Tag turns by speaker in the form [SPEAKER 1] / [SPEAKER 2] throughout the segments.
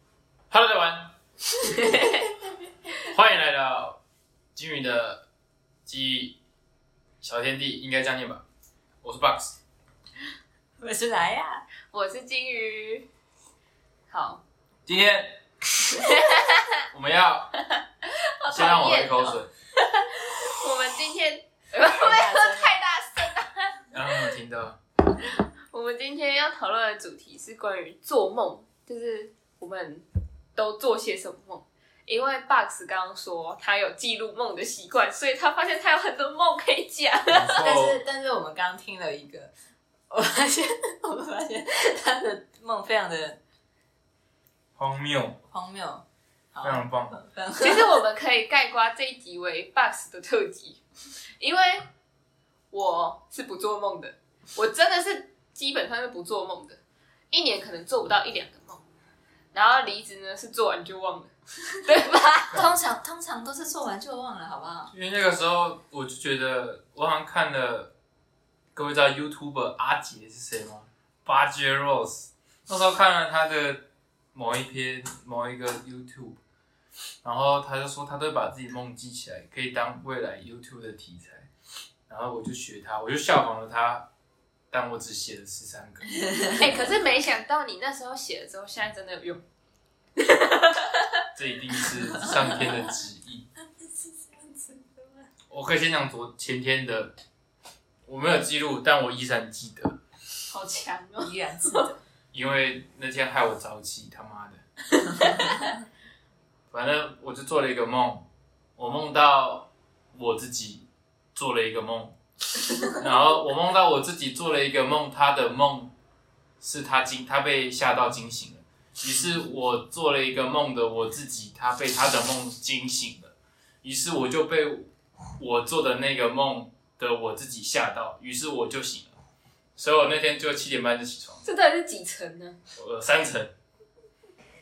[SPEAKER 1] 金鱼的记忆小天地应该这样念吧？我是 Box，
[SPEAKER 2] 我是来呀、
[SPEAKER 3] 我是金鱼。好，
[SPEAKER 1] 今 天我们要先让我喝一口水，
[SPEAKER 3] 我们今天
[SPEAKER 2] 啊，
[SPEAKER 3] 太大声了。
[SPEAKER 1] 让他们听到。
[SPEAKER 3] 我们今天要讨论的主题是关于做梦，就是我们都做些什么梦。因为 Box 刚刚说他有记录梦的习惯，所以他发现他有很多梦可以讲。
[SPEAKER 1] 然
[SPEAKER 2] 但
[SPEAKER 1] 后
[SPEAKER 2] 是但是我们刚刚听了一个，我发现我们发现他的梦非常的
[SPEAKER 1] 荒谬，
[SPEAKER 2] 荒谬，好
[SPEAKER 1] 非，常棒。
[SPEAKER 2] 非 常
[SPEAKER 3] 其实我们可以概括这一集为 Box 的特辑，因为我是不做梦的，我真的是基本上是不做梦的，一年可能做不到一两个梦。然后离职呢是做完就忘了，对吧？
[SPEAKER 2] 通常通常都是做完就忘了，好不好？
[SPEAKER 1] 因为那个时候我就觉得，我好像看了，各位知道 YouTuber 阿杰是谁吗？八戒 Rose，那时候看了他的某一篇某一个 YouTube，然后他就说他都会把自己梦记起来，可以当未来 YouTube 的题材。然后我就学他，我就效仿了他，但我只写了十三个。
[SPEAKER 3] 哎、可是没想到你那时候写了之后，现在真的有用。
[SPEAKER 1] 这一定是上天的旨意。我可以先讲昨前天的，我没有记录，但我依然记得，
[SPEAKER 3] 好强哦！
[SPEAKER 2] 依然记得，
[SPEAKER 1] 因为那天害我早起，他妈的。 反正我就做了一个梦，我梦到我自己做了一个梦，然后我梦到我自己做了一个梦，他的梦是他惊，他被吓到惊醒了。于是我做了一个梦的我自己，他被他的梦惊醒了。于是我就被我做的那个梦的我自己吓到，于是我就醒了。所以我那天就七点半就起床，
[SPEAKER 3] 这到底是几层呢？
[SPEAKER 1] 我三层，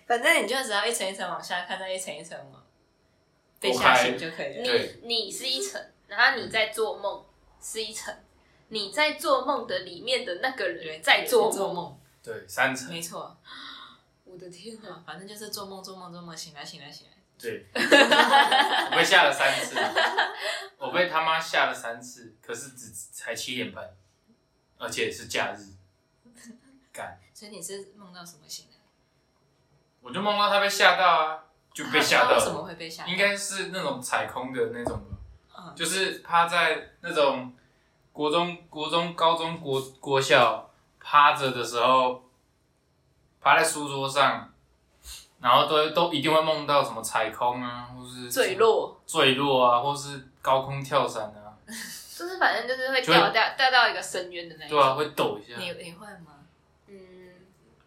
[SPEAKER 2] 反正你就只要一层一层往下看，再一层一层往被
[SPEAKER 1] 我
[SPEAKER 2] 吓
[SPEAKER 1] 还
[SPEAKER 2] 醒就可以了。
[SPEAKER 3] 你
[SPEAKER 1] 对
[SPEAKER 3] 你是一层，然后你在做梦是一层，你在做梦的里面的那个人在做
[SPEAKER 2] 做
[SPEAKER 3] 梦。
[SPEAKER 2] 梦，
[SPEAKER 1] 对，三层，
[SPEAKER 2] 没错，
[SPEAKER 3] 我的天哪！
[SPEAKER 2] 反正就是做梦，做梦，做梦，醒来，醒来，醒来。
[SPEAKER 1] 对，我被吓了三次，我被他妈吓了三次，可是只才七点半，而且是假 日，干，
[SPEAKER 2] 所以你是梦到什么醒来？
[SPEAKER 1] 我就梦到他被吓到啊，就被吓到
[SPEAKER 2] 那为什
[SPEAKER 1] 了，
[SPEAKER 2] 么会被吓到？
[SPEAKER 1] 应该是那种踩空的那种吧。
[SPEAKER 2] 嗯，
[SPEAKER 1] 就是趴在那种国中、国中、高中、国国小趴着的时候，趴在书桌上，然后都都一定会梦到什么踩空啊，或是
[SPEAKER 3] 坠、落，
[SPEAKER 1] 坠落啊，或是高空跳伞啊，
[SPEAKER 3] 就是反正就是会
[SPEAKER 1] 就
[SPEAKER 3] 掉掉掉到一个深渊的那一
[SPEAKER 1] 对啊，
[SPEAKER 3] 种。
[SPEAKER 1] 会抖一下。
[SPEAKER 2] 你你会吗？
[SPEAKER 3] 嗯，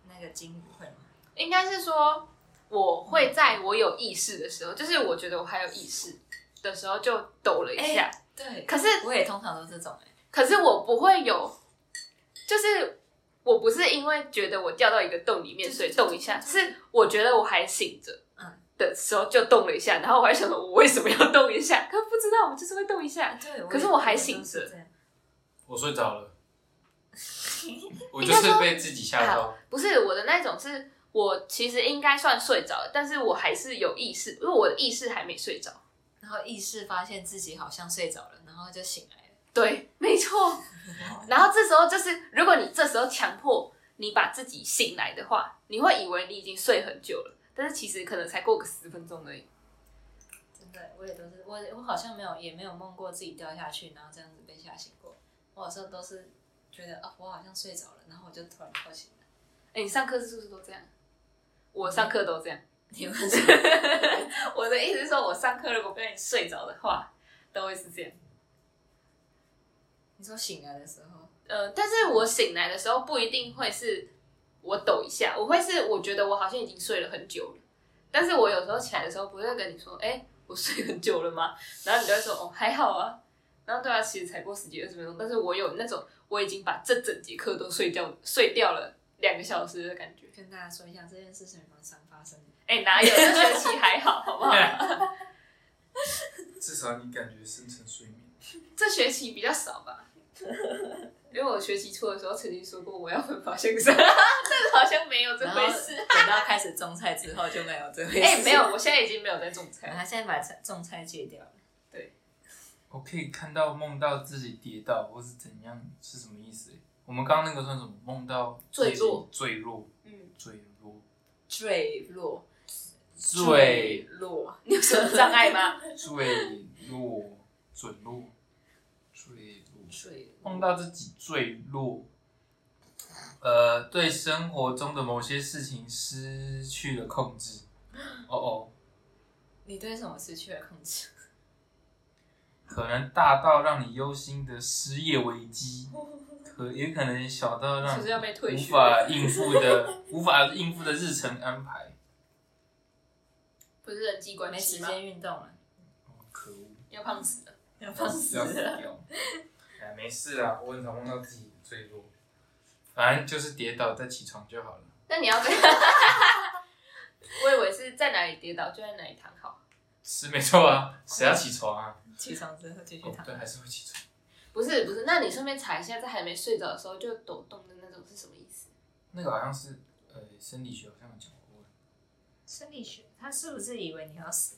[SPEAKER 2] 那个金鱼会吗？
[SPEAKER 3] 应该是说我会在我有意识的时候，就是我觉得我还有意识的时候就抖了一下，
[SPEAKER 2] 对，
[SPEAKER 3] 哎可是
[SPEAKER 2] 我也通常都这种哎、
[SPEAKER 3] 可是我不会有，就是我不是因为觉得我掉到一个洞里面所以动一下，是我觉得我还醒着。
[SPEAKER 2] 嗯
[SPEAKER 3] 的时候就动了一下，然后我还想说，我为什么要动一下？ 可不知道，我就是会动一下。
[SPEAKER 2] 啊对，
[SPEAKER 3] 可是我还醒
[SPEAKER 2] 我
[SPEAKER 3] 着
[SPEAKER 2] 也是这样
[SPEAKER 1] 我睡着了，我就是被自己吓 到。
[SPEAKER 3] 不是我的那种是，我其实应该算睡着了，但是我还是有意识，因为我的意识还没睡着。
[SPEAKER 2] 然后意识发现自己好像睡着了，然后就醒来了。
[SPEAKER 3] 对，没 错。然后这时候就是，如果你这时候强迫你把自己醒来的话，你会以为你已经睡很久了，但是其实可能才过个十分钟而已。
[SPEAKER 2] 真的，我也都是我我好像没有也没有梦过自己掉下去，然后这样子被吓醒过。我好像都是觉得啊，我好像睡着了，然后我就突然跳醒了。
[SPEAKER 3] 哎，你上课是不是都这样？我上课都这样。
[SPEAKER 2] 你们是
[SPEAKER 3] 我的意思是说，我上课如果不小心睡着的话，都会是这样。
[SPEAKER 2] 你说醒来的时候，
[SPEAKER 3] 呃，但是我醒来的时候不一定会是我抖一下，我会是我觉得我好像已经睡了很久了，但是我有时候起来的时候不会跟你说，哎、我睡很久了吗？然后你就会说，哦，还好啊。然后对啊，其实才过十几二十分钟，但是我有那种我已经把这整节课都睡掉睡掉了两个小时的感觉。
[SPEAKER 2] 跟大家说一下这件事情蛮常发生的。
[SPEAKER 3] 哎、哪有？这学期还好，好不好？
[SPEAKER 1] 至少你感觉深层睡眠。
[SPEAKER 3] 这学期比较少吧，因为我学期初的时候曾经说过我要奋发向上，但是好像没 有这
[SPEAKER 2] 然后
[SPEAKER 3] 回事。哎
[SPEAKER 2] 等到开始种菜之后就没有这回事。
[SPEAKER 3] 哎、没有，，我现在已经没有在种
[SPEAKER 2] 可能
[SPEAKER 3] 菜。
[SPEAKER 2] 他现在把菜种菜戒掉了。
[SPEAKER 3] 对，
[SPEAKER 1] 我可以看到梦到自己跌倒或是怎样，是什么意思？欸我们刚刚那个算什么？梦到自己
[SPEAKER 3] 坠落，
[SPEAKER 1] 坠落，
[SPEAKER 3] 嗯，
[SPEAKER 1] 坠落，
[SPEAKER 3] 坠落，
[SPEAKER 1] 坠
[SPEAKER 3] 落，你有什么障碍 吗？
[SPEAKER 1] 坠落，坠落，坠落。
[SPEAKER 3] 坠
[SPEAKER 1] 梦到自己坠落，呃，对生活中的某些事情失去了控制。哦哦，
[SPEAKER 2] 你对什么失去了控 制？
[SPEAKER 1] 可能大到让你忧心的失业危 机，可也可能小到让
[SPEAKER 3] 是不是要被退
[SPEAKER 1] 嗯你无
[SPEAKER 3] 学
[SPEAKER 1] 法应付的、 无法应付的日程安排。
[SPEAKER 3] 不是人际关
[SPEAKER 2] 没时
[SPEAKER 3] 系吗？
[SPEAKER 2] 间运动了，
[SPEAKER 1] 哦可恶，哦
[SPEAKER 3] 要胖死了，
[SPEAKER 2] 要放肆
[SPEAKER 1] 要死
[SPEAKER 2] 了。
[SPEAKER 1] 掉！哎，没事啦，我很常梦到自己坠落，反正就是跌倒再起床就好了。
[SPEAKER 3] 那你要跟， 我以为是在哪里跌倒就在哪里躺好，
[SPEAKER 1] 是没错啊，谁要起床啊？
[SPEAKER 2] 起床之后继续
[SPEAKER 1] 哦
[SPEAKER 2] 躺，
[SPEAKER 1] 对，还是会起床。
[SPEAKER 3] 不是不是，那你顺便查一下，在还没睡着的时候就抖动的那种是什么意思？
[SPEAKER 1] 那个好像是呃生理学好像有讲过，
[SPEAKER 2] 生理学，他是不是以为你要死？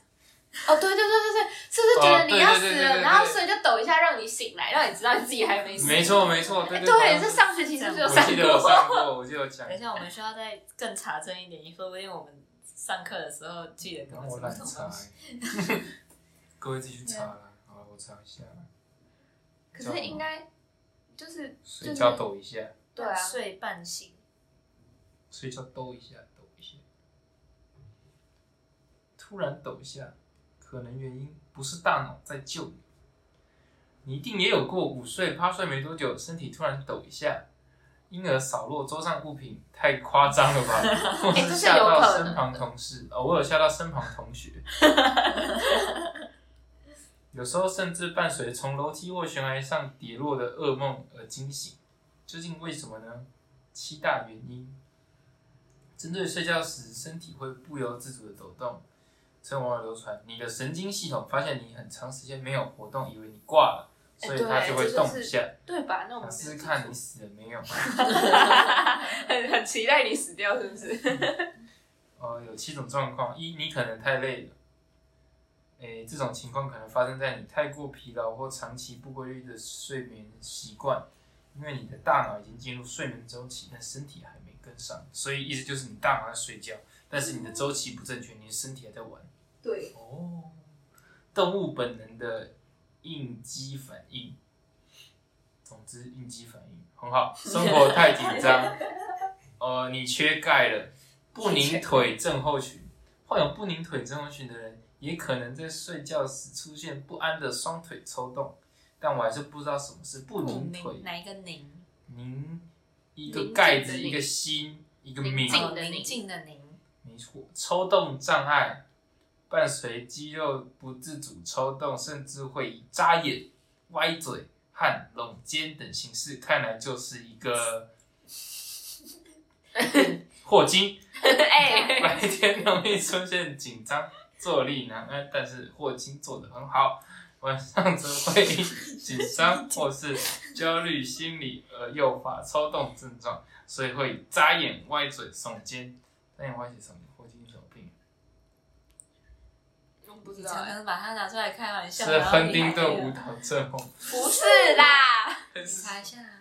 [SPEAKER 3] 哦，对对对对对，是不是觉得你要死
[SPEAKER 1] 哦对对对对
[SPEAKER 3] 了，
[SPEAKER 1] 对
[SPEAKER 3] 然后所以就抖一下让你醒来，让你知道你自己还没死？
[SPEAKER 1] 没错没错，对
[SPEAKER 3] 哎，
[SPEAKER 1] 对对，
[SPEAKER 3] 对，这上学期是不是有
[SPEAKER 1] 我
[SPEAKER 3] 上
[SPEAKER 1] 记得有
[SPEAKER 3] 过？
[SPEAKER 1] 上过，我记得有讲
[SPEAKER 2] 等一。下，我们需要再更查证一点，说不定我们上课的时候记得跟
[SPEAKER 1] 然
[SPEAKER 2] 我
[SPEAKER 1] 后我
[SPEAKER 2] 什么
[SPEAKER 1] 懒
[SPEAKER 2] 东
[SPEAKER 1] 查
[SPEAKER 2] 西。
[SPEAKER 1] 欸， 各位自己去查啦。好了，我查一下啦，
[SPEAKER 3] 可是应该就是
[SPEAKER 1] 睡觉抖一下，
[SPEAKER 3] 对啊，
[SPEAKER 2] 睡半醒，
[SPEAKER 1] 睡觉抖一下，抖一下，突然抖一下，可能原因不是大脑在救你，你一定也有过午睡趴睡没多久，身体突然抖一下。因而扫落桌上物品，太夸张了 吧？或
[SPEAKER 3] 哎
[SPEAKER 1] 是
[SPEAKER 3] 这是
[SPEAKER 1] 吓
[SPEAKER 3] 有可能的
[SPEAKER 1] 到身旁同事，偶尔吓到身旁同 学。有时候甚至伴随从楼梯或悬崖上跌落的噩梦而惊醒，究竟为什么呢？七大原因。针对睡觉时身体会不由自主的抖动，这网友流传，你的神经系统发现你很长时间没有活动，以为你挂了，
[SPEAKER 3] 哎
[SPEAKER 1] 所以它
[SPEAKER 3] 对
[SPEAKER 1] 就会
[SPEAKER 3] 这
[SPEAKER 1] 动
[SPEAKER 3] 就是
[SPEAKER 1] 一下，
[SPEAKER 3] 对吧？那我
[SPEAKER 1] 想
[SPEAKER 3] 们
[SPEAKER 1] 试试看你死了没有。
[SPEAKER 3] 很很期待你死掉，是 不是？
[SPEAKER 1] 呃，有七种状况：一，你可能太累了，诶，这种情况可能发生在你太过疲劳或长期不规律的睡眠习惯，因为你的大脑已经进入睡眠周期，但身体还没跟上，所以意思就是你大脑在睡觉，但是你的周期不正确，你的身体还在玩。
[SPEAKER 3] 对，
[SPEAKER 1] 哦，动物本能的应激反应。总之，应激反应很好。生活太紧 张，呃，你缺钙了，不拧腿症候群。患有不拧腿症候群的人，也可能在睡觉时出现不安的双腿抽动，但我还是不知道什么是不拧腿。
[SPEAKER 2] 哪一个宁？
[SPEAKER 1] 拧一
[SPEAKER 3] 拧
[SPEAKER 1] 个
[SPEAKER 3] 紧
[SPEAKER 1] 盖
[SPEAKER 3] 的
[SPEAKER 1] 子，一
[SPEAKER 3] 拧
[SPEAKER 1] 个心，一个
[SPEAKER 3] 拧
[SPEAKER 1] 抿。
[SPEAKER 3] 紧
[SPEAKER 2] 哦
[SPEAKER 3] 的宁
[SPEAKER 2] 宁静的宁。
[SPEAKER 1] 没错，抽动障碍伴随肌肉不自主抽动，甚至会以眨眼、歪嘴和耸肩等形式，看来就是一个霍金。
[SPEAKER 3] 哎，
[SPEAKER 1] 白天容易出现紧张、坐立难安，但是霍金做的很好。晚上则会紧张或是焦虑心理而诱发抽动症状，所以会眨眼、歪嘴、耸肩。眨眼、歪嘴、耸肩，霍金有什么病？
[SPEAKER 3] 我不知
[SPEAKER 2] 你
[SPEAKER 3] 道
[SPEAKER 2] 常
[SPEAKER 3] 哎，
[SPEAKER 2] 常把它拿出来开玩笑，
[SPEAKER 1] 是
[SPEAKER 2] 然后
[SPEAKER 1] 亨
[SPEAKER 2] 你还
[SPEAKER 1] 丁顿舞
[SPEAKER 2] 你
[SPEAKER 1] 蹈症候。
[SPEAKER 3] 不是啦，
[SPEAKER 2] 查一下啊。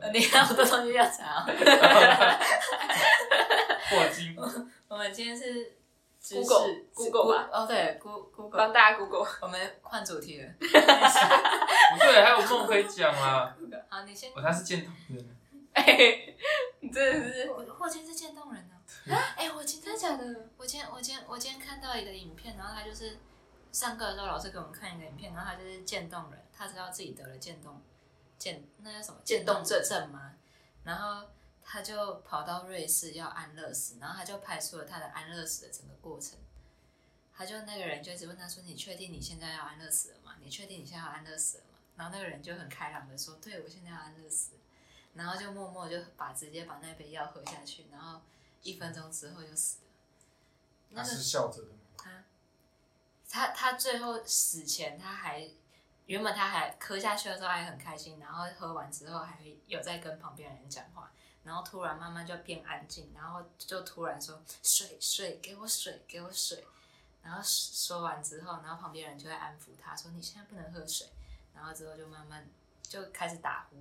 [SPEAKER 2] 呃你还有很多东西要查哦。
[SPEAKER 1] 霍金
[SPEAKER 2] 我们今天是知识
[SPEAKER 3] Google-
[SPEAKER 2] 是
[SPEAKER 3] Google 吧
[SPEAKER 2] 哦，对，Go-
[SPEAKER 3] 帮
[SPEAKER 2] Google。
[SPEAKER 3] 大家 Google，
[SPEAKER 2] 我们换主题了。
[SPEAKER 1] 不对，还有梦可以讲啦。
[SPEAKER 2] 好，你先。
[SPEAKER 1] 哦，他是渐冻人，
[SPEAKER 3] 哎，你真的是，
[SPEAKER 2] 我今天是渐冻人呢。哎，我今天
[SPEAKER 3] 真的假的？
[SPEAKER 2] 我今天我今天我今天看到一个影片，然后他就是上课的时候老师给我们看一个影片，然后他就是渐冻人，他知道自己得了渐冻渐那叫什么
[SPEAKER 3] 渐冻症
[SPEAKER 2] 症吗？然后他就跑到瑞士要安乐死，然后他就拍出了他的安乐死的整个过程。他就那个人就一直问他说：“你确定你现在要安乐死了吗？你确定你现在要安乐死了吗？”然后那个人就很开朗的说：“对，我现在要安乐死。”然后就默默就把直接把那杯药喝下去，然后一分钟之后就死了。那
[SPEAKER 1] 他
[SPEAKER 2] 个
[SPEAKER 1] 啊是笑着的吗？
[SPEAKER 2] 他他他最后死前他还原本他还磕下去的时候还很开心，然后喝完之后还有在跟旁边的人讲话，然后突然慢慢就变安静，然后就突然说水水给我水给我水，然后说完之后，然后旁边人就会安抚他说：“你现在不能喝水。”然后之后就慢慢就开始打呼，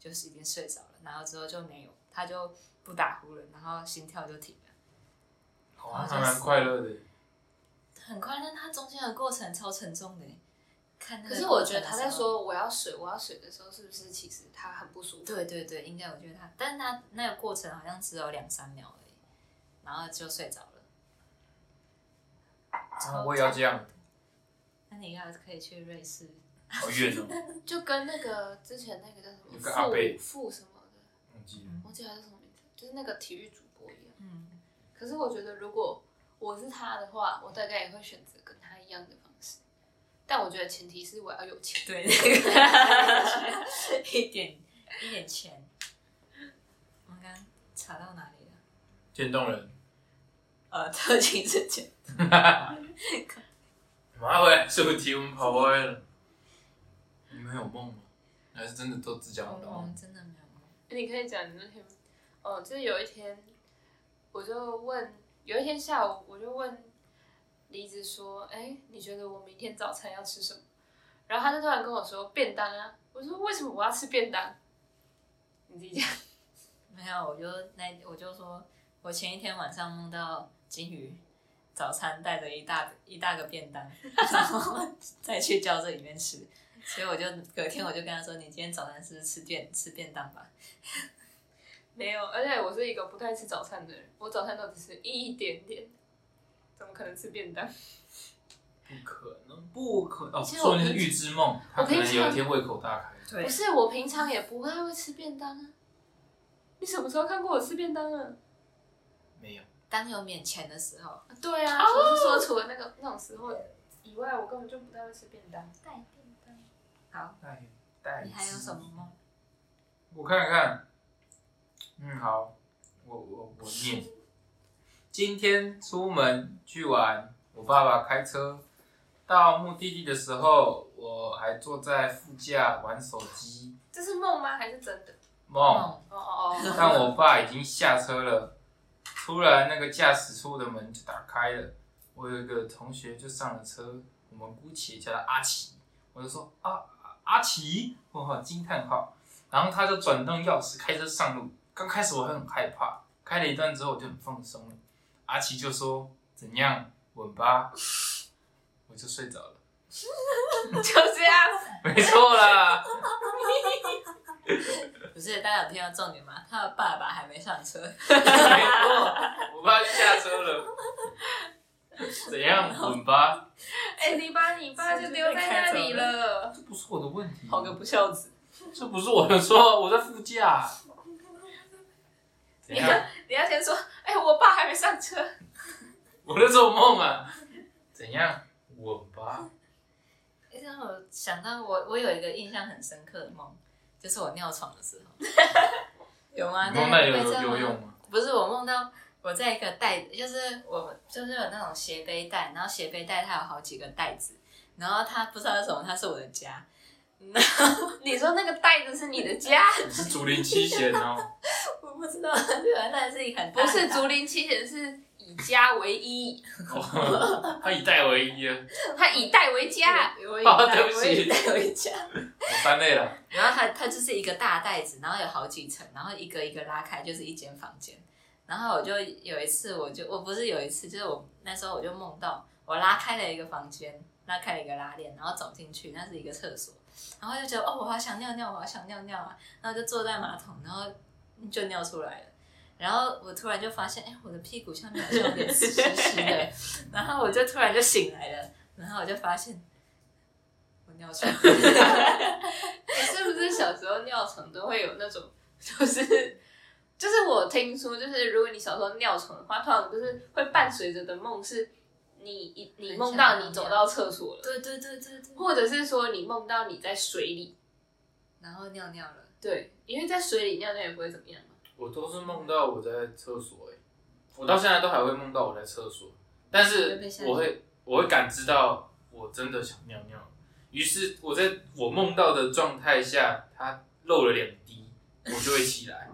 [SPEAKER 2] 就是已经睡着了。然后之后就没有，他就不打呼了，然后心跳就停了，
[SPEAKER 1] 好像还蛮快乐的耶。
[SPEAKER 2] 很快。但他中间的过程超沉重的耶，欸看那个
[SPEAKER 3] 可是我
[SPEAKER 2] 过程
[SPEAKER 3] 觉得
[SPEAKER 2] 的
[SPEAKER 3] 他
[SPEAKER 2] 时
[SPEAKER 3] 在
[SPEAKER 2] 候
[SPEAKER 3] 说我要水，我要水的时候，是不是其实他很不舒服？
[SPEAKER 2] 对对对，应该我觉得他，但是他那个过程好像只有两三秒而已，然后就睡着了。
[SPEAKER 1] 啊我也要这样，
[SPEAKER 2] 那你要可以去瑞士，
[SPEAKER 1] 好远哦，
[SPEAKER 3] 就跟那个之前那个叫什么
[SPEAKER 1] 有个阿伯
[SPEAKER 3] 傅傅什么的，
[SPEAKER 1] 忘记了。
[SPEAKER 3] 忘记他叫什么名字，就是那个体育主播一样。
[SPEAKER 2] 嗯，
[SPEAKER 3] 可是我觉得，如果我是他的话，我大概也会选择跟他一样的方式。但我觉得前提是我要有钱。
[SPEAKER 2] 对，那个 一点一点钱。我们刚刚查到哪里了？
[SPEAKER 1] 渐冻人，
[SPEAKER 2] 呃，特勤之前，
[SPEAKER 1] 马回来，是不是题我们跑歪了？你们有梦吗？还是真的都只讲
[SPEAKER 2] 我
[SPEAKER 1] 不到
[SPEAKER 2] 我
[SPEAKER 1] 梦？
[SPEAKER 2] 哦们真的没有梦。
[SPEAKER 3] 你可以讲你那天，哦，就是有一天，我就问，有一天下午我就问梨子说：“哎、你觉得我明天早餐要吃什么？”然后他就突然跟我说：“便当啊。”我说：“为什么我要吃便当？”你自己讲。
[SPEAKER 2] 没有，我就那我就说，我前一天晚上梦到金鱼，早餐带着一大一大个便当， 然后再去教室里面吃，所以我就隔天我就跟他说，你今天早餐是不是吃便吃便当吧？
[SPEAKER 3] 没有，而且我是一个不太吃早餐的人，我早餐都只吃一点点，怎么可能吃便当？
[SPEAKER 1] 不可能，不可能！哦，
[SPEAKER 3] 其实
[SPEAKER 1] 说
[SPEAKER 3] 我
[SPEAKER 1] 不定是预知梦，他可能有一天胃口大开。
[SPEAKER 2] 对
[SPEAKER 3] 不是，我平常也不太会吃便当啊。你什么时候看过我吃便当啊？
[SPEAKER 1] 没有，
[SPEAKER 2] 当有免钱的时候，
[SPEAKER 3] 对啊，我是说除了那个那种时候以外，我根本就不太会吃便当。
[SPEAKER 2] 带便当。好，
[SPEAKER 1] 带带
[SPEAKER 2] 你还有什么？梦？
[SPEAKER 1] 我看看，嗯，好，我我我 念。今天出门去玩，我爸爸开车到目的地的时候，我还坐在副驾玩手机
[SPEAKER 3] 这是梦吗？还是真的？
[SPEAKER 1] 梦。
[SPEAKER 2] 梦
[SPEAKER 3] 哦哦 哦，
[SPEAKER 1] 但我爸已经下车了，突然那个驾驶处的门就打开了，我有一个同学就上了车，我们姑且叫他阿奇，我就说啊啊阿奇，我好惊叹号，然后他就转动钥匙开车上路，刚开始我很害怕，开了一段之后我就很放松了，阿奇就说怎样吻吧，我就睡着了，
[SPEAKER 3] 就这样。
[SPEAKER 1] 没错啦。
[SPEAKER 2] 不是，大家有听到重点吗？他的爸爸还没上车，
[SPEAKER 1] 没错，我爸就下车了。怎样滚吧？
[SPEAKER 3] 哎、你把你爸就丢在那里了，
[SPEAKER 1] 啊这不是我的问题，
[SPEAKER 3] 好个不孝子！
[SPEAKER 1] 这不是我的错，我在副驾。怎
[SPEAKER 3] 你要
[SPEAKER 1] 样？
[SPEAKER 3] 你要先说，哎、我爸还没上车。
[SPEAKER 1] 我在做梦啊？怎样滚吧？
[SPEAKER 2] 诶让我想到我，我有一个印象很深刻的梦，就是我尿床的时候， 有吗？
[SPEAKER 1] 你梦到
[SPEAKER 2] 在
[SPEAKER 1] 有
[SPEAKER 2] 被这样
[SPEAKER 1] 游
[SPEAKER 2] 吗
[SPEAKER 1] 泳吗？
[SPEAKER 2] 不是我梦到我在一个袋，就是我就是有那种斜背带，然后斜背带它有好几个袋子，然后它不知道为什么它是我的家，
[SPEAKER 3] 你说那个袋子是你的家，
[SPEAKER 1] 你是竹林七贤哦，
[SPEAKER 2] 我不知道，原来是一个很大
[SPEAKER 3] 不
[SPEAKER 2] 的
[SPEAKER 3] 是
[SPEAKER 2] 袋
[SPEAKER 3] 竹林七贤，是以家为一，
[SPEAKER 1] 哦他以代为一啊。
[SPEAKER 3] 他以代为家。
[SPEAKER 2] 我我
[SPEAKER 1] 哦
[SPEAKER 2] 带
[SPEAKER 1] 对不起
[SPEAKER 2] 我也带回家，
[SPEAKER 1] 我翻累了，
[SPEAKER 2] 然后它它就是一个大袋子，然后有好几层，然后一个一个拉开就是一间房间。然后我就有一次，我就我不是有一次，就是我那时候我就梦到我拉开了一个房间，拉开了一个拉链，然后走进去，那是一个厕所，然后就觉得哦，我好想尿尿，我好想尿尿啊，然后就坐在马桶，然后就尿出来了。然后我突然就发现，哎，我的屁股下面好像有点湿湿的，然后我就突然就醒来了，然后我就发现我尿出来了。
[SPEAKER 3] 你是不是小时候尿床都会有那种，就是就是我听说，就是如果你小时候尿床的话，通常就是会伴随着的梦是你你你梦到你走到厕所了，
[SPEAKER 2] 对对对对对。
[SPEAKER 3] 或者是说你梦到你在水里，
[SPEAKER 2] 然后尿尿了，
[SPEAKER 3] 对，因为在水里尿尿也不会怎么样嘛。
[SPEAKER 1] 我都是梦到我在厕所哎、我到现在都还会梦到我在厕所，但是我会我会感知到我真的想尿尿，于是我在我梦到的状态下，它漏了两滴，我就会起来，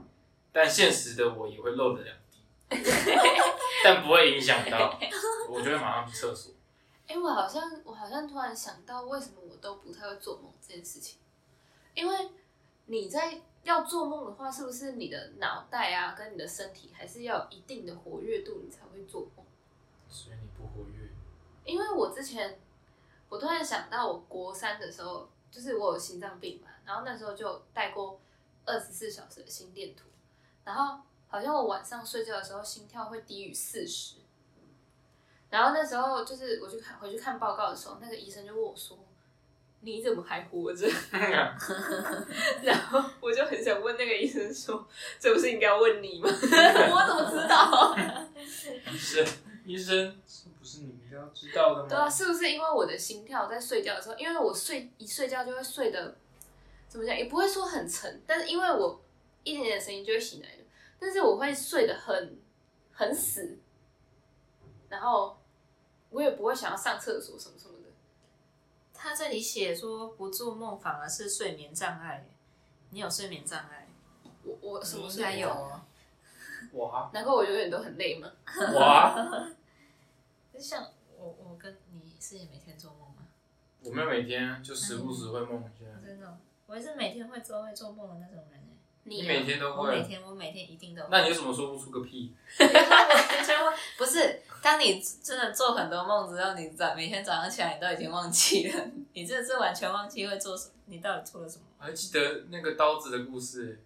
[SPEAKER 1] 但现实的我 也会漏了两滴，但不会影响到，我就会马上去厕所。
[SPEAKER 3] 哎、我好像我好像突然想到，为什么我都不太会做梦这件事情？因为你在要做梦的话，是不是你的脑袋啊跟你的身体还是要有一定的活跃度，你才会做梦？
[SPEAKER 1] 所以你不活跃，
[SPEAKER 3] 因为我之前，我突然想到，我国三的时候，就是我有心脏病嘛，然后那时候就带过二十四小时的心电图，然后好像我晚上睡觉的时候心跳会低于四十，然后那时候就是我去看回去看报告的时候，那个医生就问我说：“你怎么还活着？” 然后我就很想问那个医生说：“这不是应该问你吗？ 我怎么知道？”
[SPEAKER 1] 医生，医生，这不是你们要知道的吗？
[SPEAKER 3] 对啊，是不是因为我的心跳在睡觉的时候，因为我睡一睡觉就会睡的，怎么讲也不会说很沉，但是因为我一点点声音就会醒来的，但是我会睡得很很死，然后我也不会想要上厕所什么什么的。
[SPEAKER 2] 他这里写说不做梦反而是睡眠障碍，你有睡眠障碍？
[SPEAKER 3] 我我什么
[SPEAKER 2] 应
[SPEAKER 3] 时候
[SPEAKER 2] 该有？哦。
[SPEAKER 1] 我啊，
[SPEAKER 3] 难怪我永远都很累嘛。
[SPEAKER 1] 我啊，
[SPEAKER 2] 就像我，我跟你是也每天做梦吗？
[SPEAKER 1] 我们每天就时不时会梦一下，
[SPEAKER 2] 真的哦，我也是每天会做会做梦的那种人哎。
[SPEAKER 1] 你
[SPEAKER 3] 你
[SPEAKER 1] 每天都
[SPEAKER 2] 我每
[SPEAKER 1] 会，啊
[SPEAKER 2] 天 我每天一定都会。
[SPEAKER 1] 那你为什么说不出个屁？
[SPEAKER 2] 就会不是？当你真的做很多梦之后，你早每天早上起来，你都已经忘记了， 你真的是完全忘记会做什么，你到底做了什么？
[SPEAKER 1] 我还记得那个刀子的故事，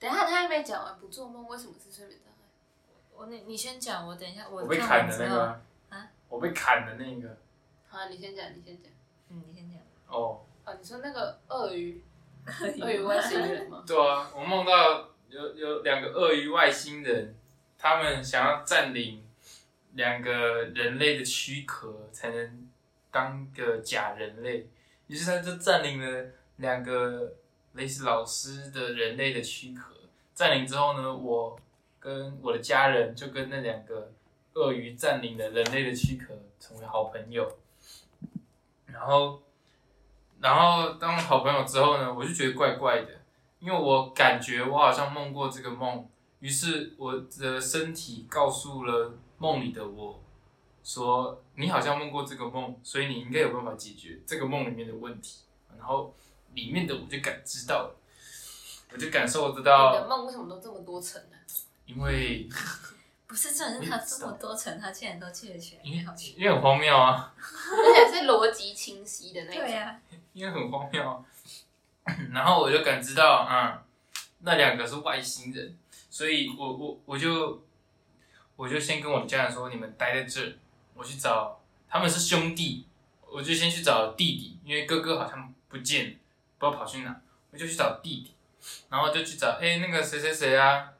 [SPEAKER 3] 等一下他还没讲完，不做梦为什么是睡眠障碍？
[SPEAKER 2] 我你你先讲，我等一下我
[SPEAKER 1] 我被
[SPEAKER 2] 看
[SPEAKER 1] 砍
[SPEAKER 2] 完
[SPEAKER 1] 的
[SPEAKER 2] 之
[SPEAKER 1] 那
[SPEAKER 2] 后
[SPEAKER 1] 个，啊
[SPEAKER 2] 啊，
[SPEAKER 1] 我被砍的那个，
[SPEAKER 3] 好、啊，你先讲，你先讲。
[SPEAKER 2] 嗯，你 先讲。
[SPEAKER 1] 哦，
[SPEAKER 3] 哦，你说那个鳄鱼，鳄鱼外星人吗？
[SPEAKER 1] 对啊，我梦到有有两个鳄鱼外星人，他们想要占领两个人类的躯壳，才能当个假人类。于是他就占领了两个类似老师的人类的躯壳。占领之后呢，我跟我的家人就跟那两个鳄鱼占领了人类的躯壳，成为好朋友。然后，然后当好朋友之后呢，我就觉得怪怪的。因为我感觉我好像梦过这个梦，于是我的身体告诉了梦里的我，说你好像梦过这个梦，所以你应该有办法解决这个梦里面的问题。然后里面的我就感知到了，我就感受得
[SPEAKER 3] 你的
[SPEAKER 1] 到，
[SPEAKER 3] 梦为什么都这么多层呢、啊
[SPEAKER 1] 因为
[SPEAKER 2] 不是，这人他这么多层，他竟然都记得起来，
[SPEAKER 1] 因为
[SPEAKER 2] 好奇。
[SPEAKER 1] 因为很荒谬啊。
[SPEAKER 3] 而且是逻辑清晰的那一种。
[SPEAKER 2] 对啊呀、
[SPEAKER 1] 因为很荒谬啊。 然后我就感知到，嗯，那两个是外星人，所以我我我就我就先跟我的家人说，你们待在这，我去找他们是兄弟，我就先去找弟弟，因为哥哥好像不见了，不知道跑去哪，我就去找弟弟，然后就去找，哎、那个谁谁谁啊，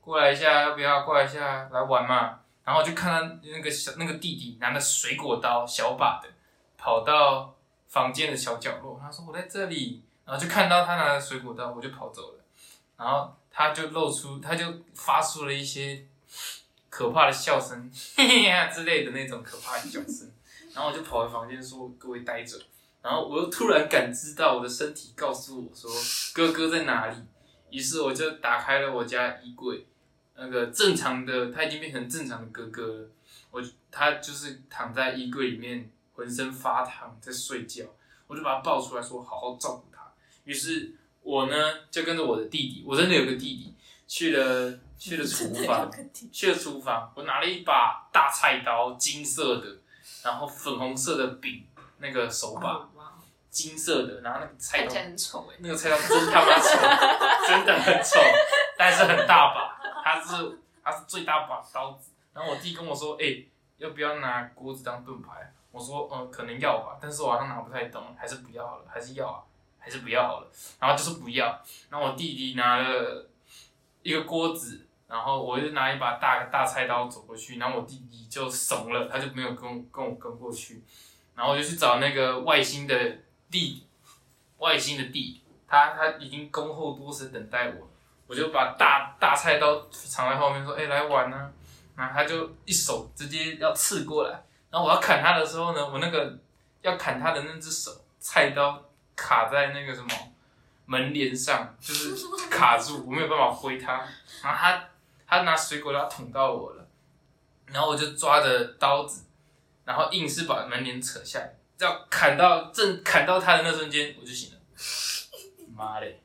[SPEAKER 1] 过来一下，要不要过来一下来玩嘛？然后就看到那个小那个弟弟拿着水果刀小把的跑到房间的小角落，他说我在这里，然后就看到他拿着水果刀，我就跑走了，然后他就露出，他就发出了一些可怕的笑声， 嘿嘿呀之类的那种可怕的笑声，然后我就跑回房间说各位待着，然后我又突然感知到我的身体告诉我说哥哥在哪里，于是我就打开了我家衣柜，那个正常的他已经变成正常的哥哥了。我他就是躺在衣柜里面，浑身发烫在睡觉，我就把他抱出来说好好照顾他。于是我呢就跟着我的弟弟，我真的有个弟弟，去了去了厨 房，去了厨房，我拿了一把大菜刀，金色的，然后粉红色的柄那个手把，
[SPEAKER 2] 哇，
[SPEAKER 1] 金色的，然后那个菜
[SPEAKER 3] 看
[SPEAKER 1] 刀
[SPEAKER 3] 起来很丑哎、
[SPEAKER 1] 那个菜刀真他妈丑，真的很丑，但是很大把，它是它是最大把刀子。然后我弟跟我说，哎、要不要拿锅子当盾牌？我说，嗯、可能要吧，但是我好像拿不太动，还是不要好了，还是要啊，还是不要好了。然后就是不要。然后我弟弟拿了一个锅子，然后我就拿一把大大菜刀走过去，然后我弟弟就怂了，他就没有跟我跟我跟过去。然后我就去找那个外星的弟弟，外星的弟弟，他他已经恭候多时等待我，我就把大大菜刀藏在后面说：“哎、来玩啊！”然后他就一手直接要刺过来，然后我要砍他的时候呢，我那个要砍他的那只手菜刀卡在那个什么门帘上，就是卡住，我没有办法挥他。然后他他拿水果刀捅到我了，然后我就抓着刀子然后硬是把门帘扯下来，这样砍到正砍到他的那瞬间我就醒了。妈嘞，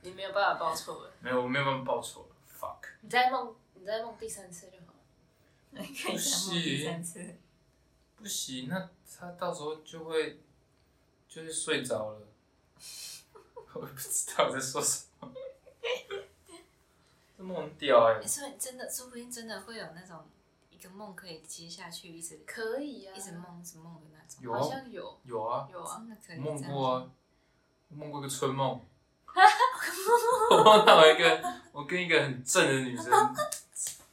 [SPEAKER 3] 你没有办法报错了。
[SPEAKER 1] 没有，我没有办法报仇了，fuck。
[SPEAKER 3] 你在梦，你在梦第三次就好了。
[SPEAKER 2] 可以再梦第三次。
[SPEAKER 1] 不行，那他到时候就会就是睡着了。我也不知道我在说什么，这梦很屌哎、
[SPEAKER 2] 诶所以真的，说不定真的会有那种一个梦可以接下去，一直
[SPEAKER 3] 可以啊呀、
[SPEAKER 2] 一直梦，一直梦的那种。
[SPEAKER 1] 有
[SPEAKER 3] 好
[SPEAKER 1] 啊，
[SPEAKER 3] 像有
[SPEAKER 1] 有啊，
[SPEAKER 3] 有啊，
[SPEAKER 2] 真的可以
[SPEAKER 1] 我梦
[SPEAKER 2] 这样
[SPEAKER 1] 过
[SPEAKER 2] 子
[SPEAKER 1] 啊，我梦过一个春梦，我梦到一个我跟一个很正的女生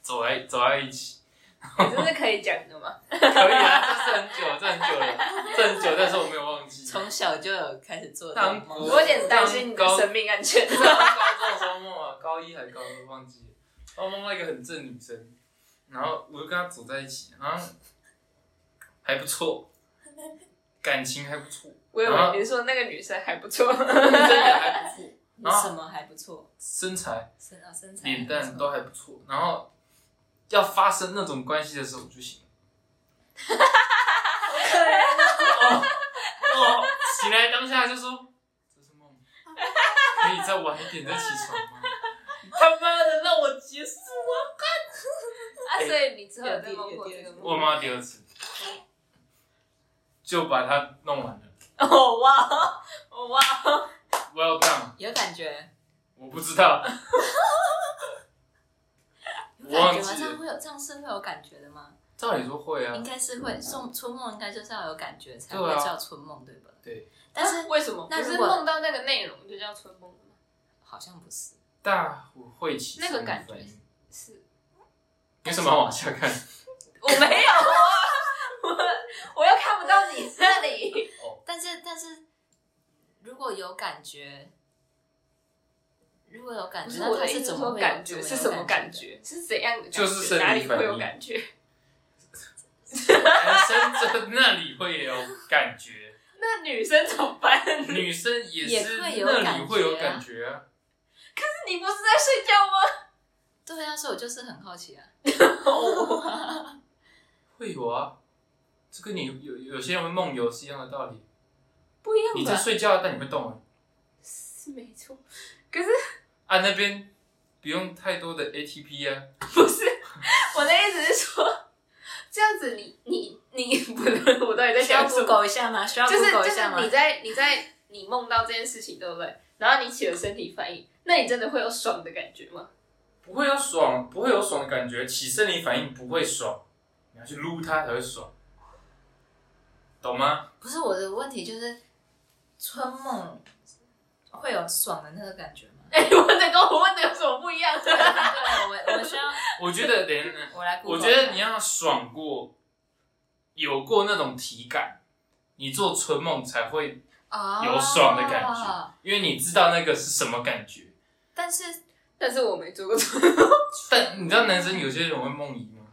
[SPEAKER 1] 走在走在一起，
[SPEAKER 3] 你这是可以讲的吗？
[SPEAKER 1] 可以啊，这是很久，这很久了，这很久，但是我没有忘记。
[SPEAKER 2] 从小就有开始做这
[SPEAKER 1] 当
[SPEAKER 2] 种
[SPEAKER 1] 国
[SPEAKER 2] 梦。
[SPEAKER 3] 我有点担心你的生命安全。
[SPEAKER 1] 上高中的时候梦啊，高一还高二忘记了，然后梦到一个很正的女生，然后我就跟她走在一起，然后还不错，感情还不 错，
[SPEAKER 3] 我以
[SPEAKER 1] 啊
[SPEAKER 3] 为你说那个女生还不错，
[SPEAKER 1] 真的还不错，
[SPEAKER 2] 你什么还不错，
[SPEAKER 1] 身材、
[SPEAKER 2] 身啊身材还
[SPEAKER 1] 脸
[SPEAKER 2] 不
[SPEAKER 1] 蛋
[SPEAKER 2] 错
[SPEAKER 1] 都还不错，然后要发生那种关系的时候我就醒了， 哦哦，醒来当下就说这是 梦，可以再晚一点再起床吗？他妈的，让我结束啊！
[SPEAKER 3] 啊，所以你之后有在梦过这个
[SPEAKER 1] 我
[SPEAKER 3] 梦？
[SPEAKER 1] 妈第二次，就把它弄完了。
[SPEAKER 3] 哦哇，哦哇，
[SPEAKER 1] Well done，
[SPEAKER 2] 有感觉，
[SPEAKER 1] 我不知道，
[SPEAKER 2] 有
[SPEAKER 1] 我
[SPEAKER 2] 感
[SPEAKER 1] 忘
[SPEAKER 2] 觉吗？
[SPEAKER 1] 记
[SPEAKER 2] 这样
[SPEAKER 1] 了。
[SPEAKER 2] 会有这样是会有感觉的吗？
[SPEAKER 1] 照理说会啊
[SPEAKER 2] 应，该是会，春春梦应该就是要有感觉才会
[SPEAKER 1] 对啊
[SPEAKER 2] 叫春梦，对吧？
[SPEAKER 1] 对。
[SPEAKER 2] 但是
[SPEAKER 3] 啊为什么？
[SPEAKER 2] 那
[SPEAKER 3] 不
[SPEAKER 2] 如
[SPEAKER 3] 是
[SPEAKER 2] 果
[SPEAKER 3] 梦到那个内容就叫春梦了吗？
[SPEAKER 2] 好像不是，
[SPEAKER 1] 大伙会起
[SPEAKER 3] 那个
[SPEAKER 1] 身
[SPEAKER 3] 感觉
[SPEAKER 1] 体反应
[SPEAKER 3] 是，
[SPEAKER 1] 有什么好往下 看？
[SPEAKER 3] 我没有啊，我我又看不到你这里。
[SPEAKER 2] 但是但是如果有感觉，如果有感
[SPEAKER 3] 不
[SPEAKER 2] 觉，
[SPEAKER 3] 是
[SPEAKER 2] 那
[SPEAKER 3] 我
[SPEAKER 2] 它
[SPEAKER 3] 的
[SPEAKER 2] 是
[SPEAKER 3] 意思
[SPEAKER 2] 怎
[SPEAKER 3] 是
[SPEAKER 2] 么
[SPEAKER 3] 说
[SPEAKER 2] 会有
[SPEAKER 3] 感觉
[SPEAKER 2] 怎
[SPEAKER 3] 是
[SPEAKER 2] 有
[SPEAKER 3] 什么感
[SPEAKER 2] 感？
[SPEAKER 3] 觉？是怎样的感觉？
[SPEAKER 1] 就是生理
[SPEAKER 3] 哪里
[SPEAKER 1] 反
[SPEAKER 3] 会
[SPEAKER 1] 应
[SPEAKER 3] 有感觉？
[SPEAKER 1] 男生在那里会有感觉，
[SPEAKER 3] 那女生怎么办？
[SPEAKER 1] 女生也是
[SPEAKER 2] 也
[SPEAKER 1] 那
[SPEAKER 2] 会有
[SPEAKER 1] 里会有
[SPEAKER 2] 感
[SPEAKER 1] 感觉啊。
[SPEAKER 3] 你不是在睡觉吗？
[SPEAKER 2] 对啊，所以我就是很好奇啊。
[SPEAKER 1] 会有啊，这跟你有有有些人会梦游是一样的道理。
[SPEAKER 3] 不一样
[SPEAKER 1] 你在睡觉，但你会动啊。
[SPEAKER 3] 是没错，可是
[SPEAKER 1] 啊，那边不用太多的 ATP 啊。
[SPEAKER 3] 不是我的意思 是说，这样子你你你不是我到底在
[SPEAKER 2] 需要
[SPEAKER 3] 讲什么？
[SPEAKER 2] Google 一下吗？需要
[SPEAKER 3] 就是
[SPEAKER 2] Google
[SPEAKER 3] 就
[SPEAKER 2] 一
[SPEAKER 3] 是
[SPEAKER 2] 下吗？
[SPEAKER 3] 你在你在你梦到这件事情，对不对？然后你起了身体反应，那你真的会有爽的感觉吗？
[SPEAKER 1] 不会有爽，不会有爽的感觉，起生理反应不会爽，你要去撸它才会爽，懂吗？
[SPEAKER 2] 不是我的问题，就是春梦会有爽的那个感觉吗？
[SPEAKER 3] 哎、我的跟我问的有什么不一样？
[SPEAKER 2] 对，我们我们需要，
[SPEAKER 1] 我觉得，等一下
[SPEAKER 2] 我来
[SPEAKER 1] 我
[SPEAKER 2] Google 一
[SPEAKER 1] 觉
[SPEAKER 2] 下。
[SPEAKER 1] 得你要爽过，有过那种体感，你做春梦才会，
[SPEAKER 2] 哦
[SPEAKER 1] 有爽的感觉，因为你知道那个是什么感觉。
[SPEAKER 2] 但是
[SPEAKER 3] 但是我没做过这 种，
[SPEAKER 1] 但你知道男生有些人会梦遗吗？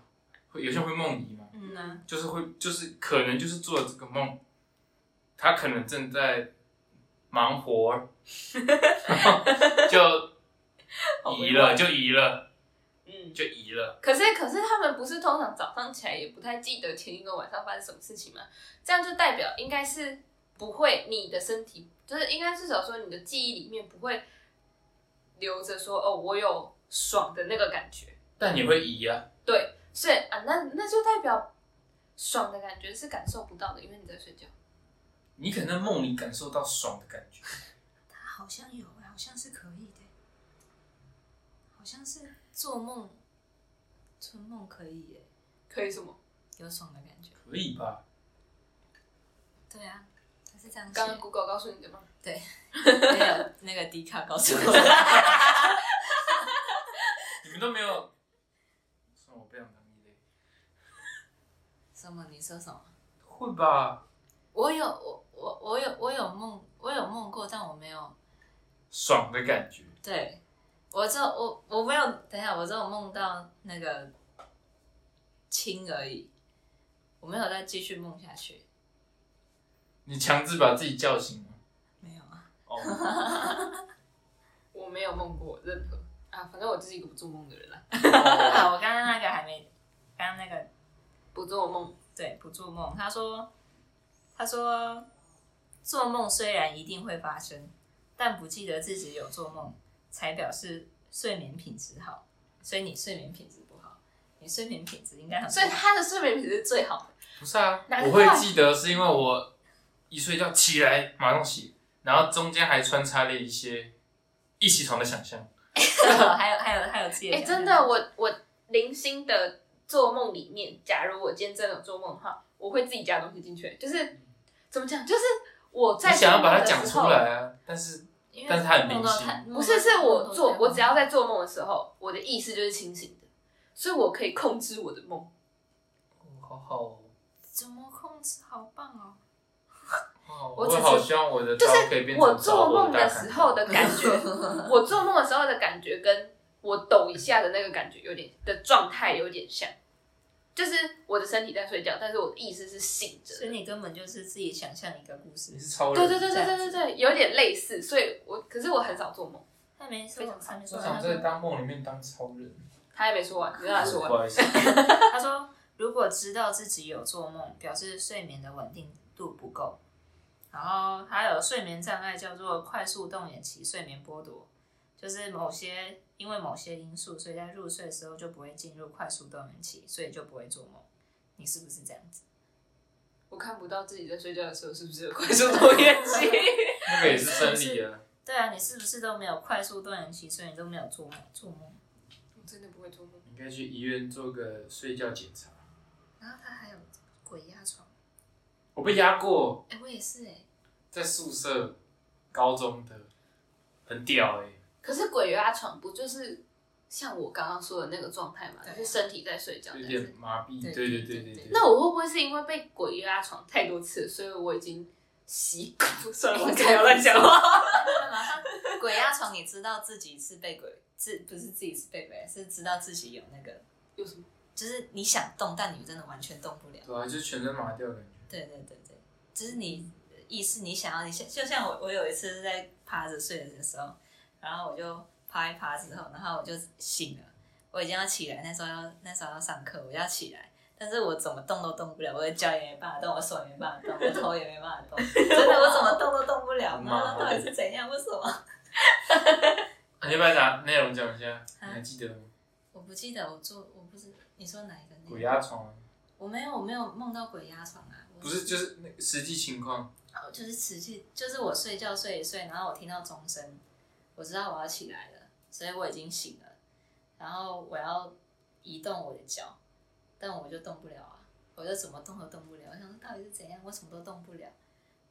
[SPEAKER 1] 会有些人会梦遗吗？
[SPEAKER 2] 嗯呢，
[SPEAKER 1] 就是会，就是可能就是做了这个梦，他可能正在忙活儿，然后就移了，就移了，
[SPEAKER 3] 嗯。
[SPEAKER 1] 就移了。
[SPEAKER 3] 可是，可是他们不是通常早上起来也不太记得前一个晚上发生什么事情吗？这样就代表应该是不会，你的身体就是应该至少说你的记忆里面不会留着说哦，我有爽的那个感觉。
[SPEAKER 1] 但你会移啊，
[SPEAKER 3] 对，所以啊，那那就代表爽的感觉是感受不到的，因为你在睡觉。
[SPEAKER 1] 你可能在梦里感受到爽的感觉，
[SPEAKER 2] 好像有，好像是可以的，好像是做梦，春梦可以耶，
[SPEAKER 3] 可以什么？
[SPEAKER 2] 有爽的感觉。
[SPEAKER 1] 可以吧？
[SPEAKER 2] 对啊，他是这样写
[SPEAKER 3] 刚刚 Google 告诉你的吗？
[SPEAKER 2] 没有那个迪卡告诉我，
[SPEAKER 1] 你们都没有，算了，我不想当异类，
[SPEAKER 2] 什么？你说什么？
[SPEAKER 1] 会吧？
[SPEAKER 2] 我有我我我有我有梦，我有梦过，但我没有。
[SPEAKER 1] 爽的感觉，
[SPEAKER 2] 对，我只有我我没有等一下，我只有梦到那个亲而已，我没有再继续梦下去。
[SPEAKER 1] 你强制把自己叫醒吗？
[SPEAKER 2] 没有 啊，
[SPEAKER 1] 哦，
[SPEAKER 3] 我没有梦过任何啊，反正我就是一个不做梦的人啦，
[SPEAKER 2] 啊，我刚刚那个还没，刚刚那个
[SPEAKER 3] 不做梦。
[SPEAKER 2] 对，不做梦。他说，他说，做梦虽然一定会发生，但不记得自己有做梦，才表示睡眠品质好。所以你睡眠品质不好，你睡眠品质应该很不
[SPEAKER 3] 所以
[SPEAKER 2] 好。
[SPEAKER 3] 他的睡眠品质是最好的。
[SPEAKER 1] 不是啊，
[SPEAKER 3] 难
[SPEAKER 1] 我
[SPEAKER 3] 怪
[SPEAKER 1] 会记得是因为我一睡觉起来马上洗，然后中间还穿插了一些一起床的想象。
[SPEAKER 2] 还有还有还有自己，
[SPEAKER 3] 哎、真的，，我我零星的做梦里面，假如我今天真的有做梦的话，我会自己加东西进去，就是怎么讲，就是我在
[SPEAKER 1] 你想要
[SPEAKER 3] 做梦
[SPEAKER 1] 把它
[SPEAKER 3] 的
[SPEAKER 1] 讲
[SPEAKER 3] 时
[SPEAKER 1] 出
[SPEAKER 3] 候，
[SPEAKER 1] 来啊，但是
[SPEAKER 2] 因为
[SPEAKER 1] 但是他很
[SPEAKER 2] 梦
[SPEAKER 1] 明
[SPEAKER 2] 到
[SPEAKER 1] 显
[SPEAKER 2] 太梦到
[SPEAKER 3] 不是是我做，我只要
[SPEAKER 2] 在
[SPEAKER 3] 在做梦的时候，我的意识就是清醒的，所以我可以控制我的梦。
[SPEAKER 1] 哦好好哦，
[SPEAKER 2] 怎么控制，好棒哦！
[SPEAKER 1] 哦
[SPEAKER 3] 我
[SPEAKER 1] 我
[SPEAKER 3] 只是
[SPEAKER 1] 好希望我的
[SPEAKER 3] 就
[SPEAKER 1] 刀可以
[SPEAKER 3] 是
[SPEAKER 1] 变成
[SPEAKER 3] 我做梦
[SPEAKER 1] 的
[SPEAKER 3] 的时候的感觉，我做梦的时候的感觉跟我抖一下的那个感觉有点的状态有点像，就是我的身体在睡觉，但是我的意识是醒着。
[SPEAKER 2] 所以你根本就是自己想象一个故事
[SPEAKER 1] 你。是超人，
[SPEAKER 3] 对对对对对对对，有点类似，所以我可是我很少做梦。
[SPEAKER 2] 他没说，
[SPEAKER 3] 非常好
[SPEAKER 2] 他没说，
[SPEAKER 1] 我
[SPEAKER 2] 他
[SPEAKER 1] 想
[SPEAKER 2] 说
[SPEAKER 1] 在 当梦里面当超人，
[SPEAKER 3] 他还没说完，你让他说
[SPEAKER 1] 不
[SPEAKER 3] 完。
[SPEAKER 1] 好 意思，
[SPEAKER 2] 他说，如果知道自己有做梦，表示睡眠的稳定度不够。然后还有睡眠障碍叫做快速动眼期睡眠剥夺，就是某些因为某些因素，所以在入睡的时候就不会进入快速动眼期，所以就不会做梦。你是不是这样子？
[SPEAKER 3] 我看不到自己在睡觉的时候是不是有快速动眼期？
[SPEAKER 1] 那个也是真理啊。
[SPEAKER 2] 对啊，你是不是都没有快速动眼期，所以你都没有做梦？做梦。
[SPEAKER 3] 我真的不会做梦。
[SPEAKER 1] 你应该去医院做个睡觉检查。
[SPEAKER 2] 然后他还有鬼压床，
[SPEAKER 1] 我被压过，
[SPEAKER 2] 哎、我也是 哎、
[SPEAKER 1] 在宿舍，高中的，很屌哎、
[SPEAKER 3] 可是鬼压床不就是像我刚刚说的那个状态吗？
[SPEAKER 2] 对
[SPEAKER 3] 就是身体在睡觉，
[SPEAKER 1] 有
[SPEAKER 3] 但是
[SPEAKER 1] 点麻痹。
[SPEAKER 2] 对
[SPEAKER 1] 对对
[SPEAKER 2] 对对
[SPEAKER 1] 对
[SPEAKER 2] 对
[SPEAKER 1] 对
[SPEAKER 2] 对
[SPEAKER 1] 对。
[SPEAKER 3] 那我会不会是因为被鬼压床太多次，所以我已经习惯？ 算了，我不要乱讲话。
[SPEAKER 2] 马上鬼压床，你知道自己是被鬼，自不是自己是被鬼，是知道自己有那个，
[SPEAKER 3] 有什么？
[SPEAKER 2] 就是你想动，但你真的完全动不了。
[SPEAKER 1] 对啊，就全身麻掉的感觉。
[SPEAKER 2] 对对对对，就是你意识你想要，你想就像我，我有一次是在趴着睡的时候，然后我就趴一趴之后，然后我就醒了，我已经要起来，那时候要那时候要上课，我就要起来。但是我怎么动都动不了，我的脚也没办法动，我手也没办法动，我头也没办法动，真的我怎么动都动不了。
[SPEAKER 1] 妈
[SPEAKER 2] 那到底是怎样？为什么？
[SPEAKER 1] 啊你要不要拿内容讲一下？
[SPEAKER 2] 啊
[SPEAKER 1] 你还记得吗？
[SPEAKER 2] 我不记得我做，我不知你说哪一个那
[SPEAKER 1] 鬼
[SPEAKER 2] 个？
[SPEAKER 1] 压床，
[SPEAKER 2] 我没有，我没有梦到鬼压床啊。我
[SPEAKER 1] 不是就是那个实际情况，
[SPEAKER 2] 啊就是持续，就是我睡觉睡一睡，然后我听到钟声，我知道我要起来了，所以我已经醒了，然后我要移动我的脚，但我就动不了啊，我就怎么动都动不了。我想说到底是怎样，我什么都动不了。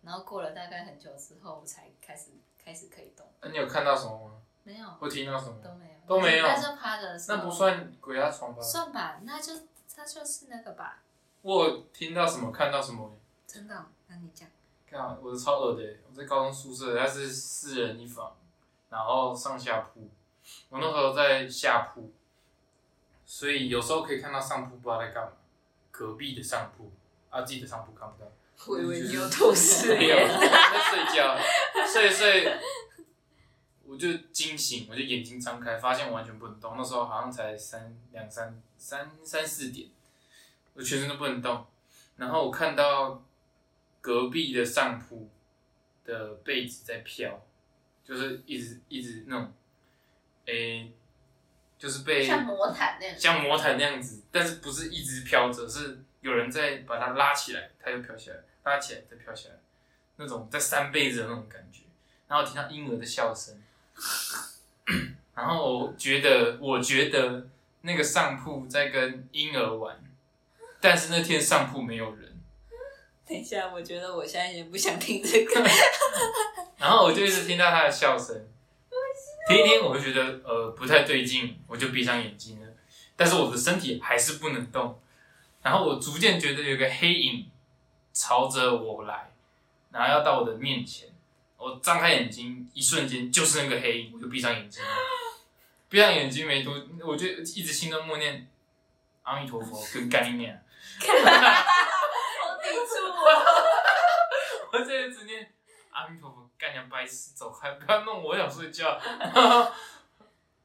[SPEAKER 2] 然后过了大概很久之后，我才开始开始可以动，
[SPEAKER 1] 那啊你有看到什么吗？
[SPEAKER 2] 没有
[SPEAKER 1] 或听到什么
[SPEAKER 2] 都？没有
[SPEAKER 1] 都没有
[SPEAKER 2] 但是趴着的时候
[SPEAKER 1] 那不算鬼压床吧？
[SPEAKER 2] 算吧，那就它就是那个吧，
[SPEAKER 1] 我有听到什么，看到什么？
[SPEAKER 2] 真的哦、那你讲。
[SPEAKER 1] 看我的超恶的欸，我在高中宿舍，它是四人一房，然后上下铺。我那时候在下铺，所以有时候可以看到上铺不知道在干嘛，隔壁的上铺啊，自己的上铺看不到，
[SPEAKER 3] 我以为你有透视
[SPEAKER 1] 没有
[SPEAKER 3] 耶。
[SPEAKER 1] 在睡觉，睡一睡，我就惊醒，我就眼睛张开，发现我完全不能动。那时候好像才三两三三三四点，我全身都不能动。然后我看到隔壁的上铺的被子在飘，就是一直一直那种，诶、就是被
[SPEAKER 3] 像魔毯那样，
[SPEAKER 1] 像魔毯那样子，但是不是一直飘着，是有人在把它拉起来，它又飘起来，拉起来再飘起来，那种在扇贝子的那种感觉。然后我听到婴儿的笑声，然后我觉得，我觉得那个上铺在跟婴儿玩，但是那天上铺没有人，
[SPEAKER 2] 等一下，我觉得我现在也不想听这个。
[SPEAKER 1] 然后我就一直听到他的笑声。听一听，我就觉得呃不太对劲，我就闭上眼睛了。但是我的身体还是不能动，然后我逐渐觉得有个黑影朝着我来，然后要到我的面前。我张开眼睛，一瞬间就是那个黑影，我就闭上眼睛了。闭上眼睛没多，我就一直心中默念阿弥陀佛跟干你娘。
[SPEAKER 3] 好抵触哦 我。
[SPEAKER 1] 我这一直念阿弥陀佛，干娘白痴，走开，不要弄我，我想睡觉。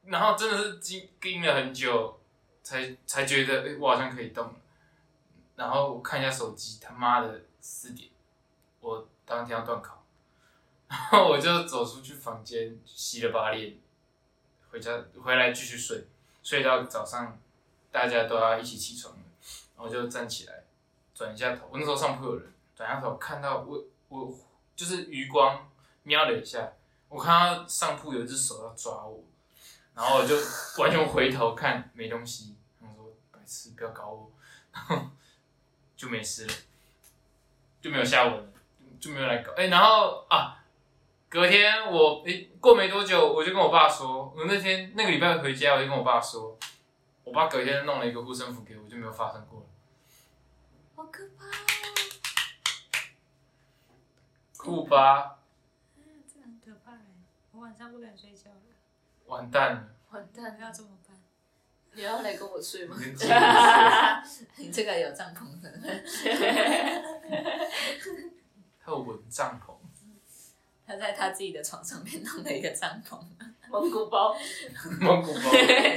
[SPEAKER 1] 然后真的是盯盯了很久，才才觉得，哎、我好像可以动了。然后我看一下手机，他妈的四点，我当天要断考， 然后我就走出去房间洗了把脸，回家回来继续睡，睡到早上大家都要一起起床了，然后我就站起来转一下头，我那时候上铺有人，转一下头看到我我就是余光瞄了一下，我看到上铺有一只手要抓我，然后我就完全回头看没东西，我说白痴不要搞我。然后就没事了，就没有下文了，就没有来搞。哎、然后啊，隔天我哎、过没多久，我就跟我爸说，我那天那个礼拜回家，我就跟我爸说，我爸隔天弄了一个护身符给我，就没有发生过了。
[SPEAKER 2] 好可怕哦！
[SPEAKER 1] 酷吧，
[SPEAKER 2] 嗯这很可怕哎，我晚上不敢睡觉了，
[SPEAKER 1] 完蛋了，
[SPEAKER 3] 完
[SPEAKER 2] 那
[SPEAKER 3] 蛋了，
[SPEAKER 2] 要怎么办？
[SPEAKER 3] 你要来跟我睡 吗？
[SPEAKER 1] 年纪也是
[SPEAKER 2] 你这个有帐篷的，
[SPEAKER 1] 还有蚊帐篷，
[SPEAKER 2] 他在他自己的床上面弄了一个帐篷，
[SPEAKER 3] 蒙古 包，
[SPEAKER 1] 蒙古包，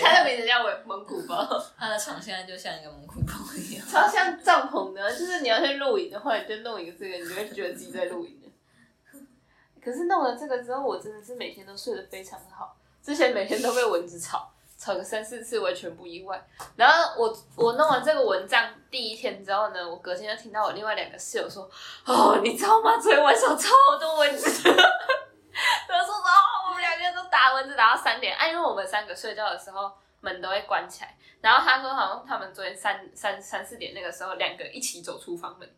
[SPEAKER 3] 它的名字叫蒙蒙古包，
[SPEAKER 2] 他的床现在就像一个蒙古包一样。
[SPEAKER 3] 超像帐篷的。就是你要去露营的话，你就弄一个这个，你就会觉得自己在露营的。 可是弄了这个之后，我真的是每天都睡得非常好。之前每天都被蚊子吵，吵个三四次，完全不意外。然后我我弄完这个蚊帐第一天之后呢，我隔天就听到我另外两个室友说：“哦，你知道吗？昨天晚上超多蚊子。” 然后说：“哦，我们两个人都打蚊子打到三点。”哎、因为我们三个睡觉的时候门都会关起来。然后他说，好像他们昨天三三三四点那个时候，两个一起走出房门，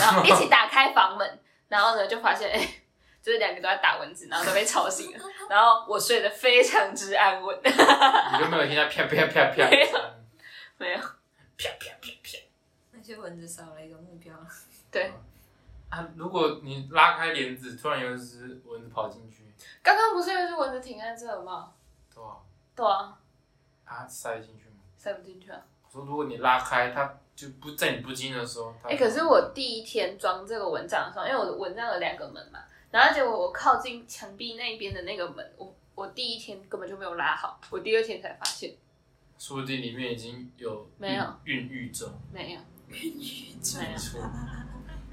[SPEAKER 3] 然后一起打开房门，然后呢就发现，哎、 就是两个都在打蚊子，然后都被吵醒了。然后我睡得非常之安稳，
[SPEAKER 1] 你就没有听到啪啪啪啪的声音
[SPEAKER 3] 没有，
[SPEAKER 1] 啪啪啪啪。
[SPEAKER 2] 那些蚊子少了一个目标，
[SPEAKER 3] 对，
[SPEAKER 1] 啊，如果你拉开帘子，突然有一只蚊子跑进去，
[SPEAKER 3] 刚刚不是有一只蚊子停在这了吗？
[SPEAKER 1] 对吧？
[SPEAKER 3] 对啊，
[SPEAKER 1] 它塞进去吗？
[SPEAKER 3] 塞不进去啊。
[SPEAKER 1] 我说如果你拉开，它就不在你不经意的时候。它
[SPEAKER 3] 哎、可是我第一天装这个蚊帐的时候，因为我的蚊帐有两个门嘛，然后结果我靠近墙壁那边的那个门，我我第一天根本就没有拉好，我第二天才发现
[SPEAKER 1] 说不定里面已经有
[SPEAKER 3] 没有
[SPEAKER 1] 孕孕育中，
[SPEAKER 3] 没有，没
[SPEAKER 1] 没
[SPEAKER 3] 有
[SPEAKER 1] 错，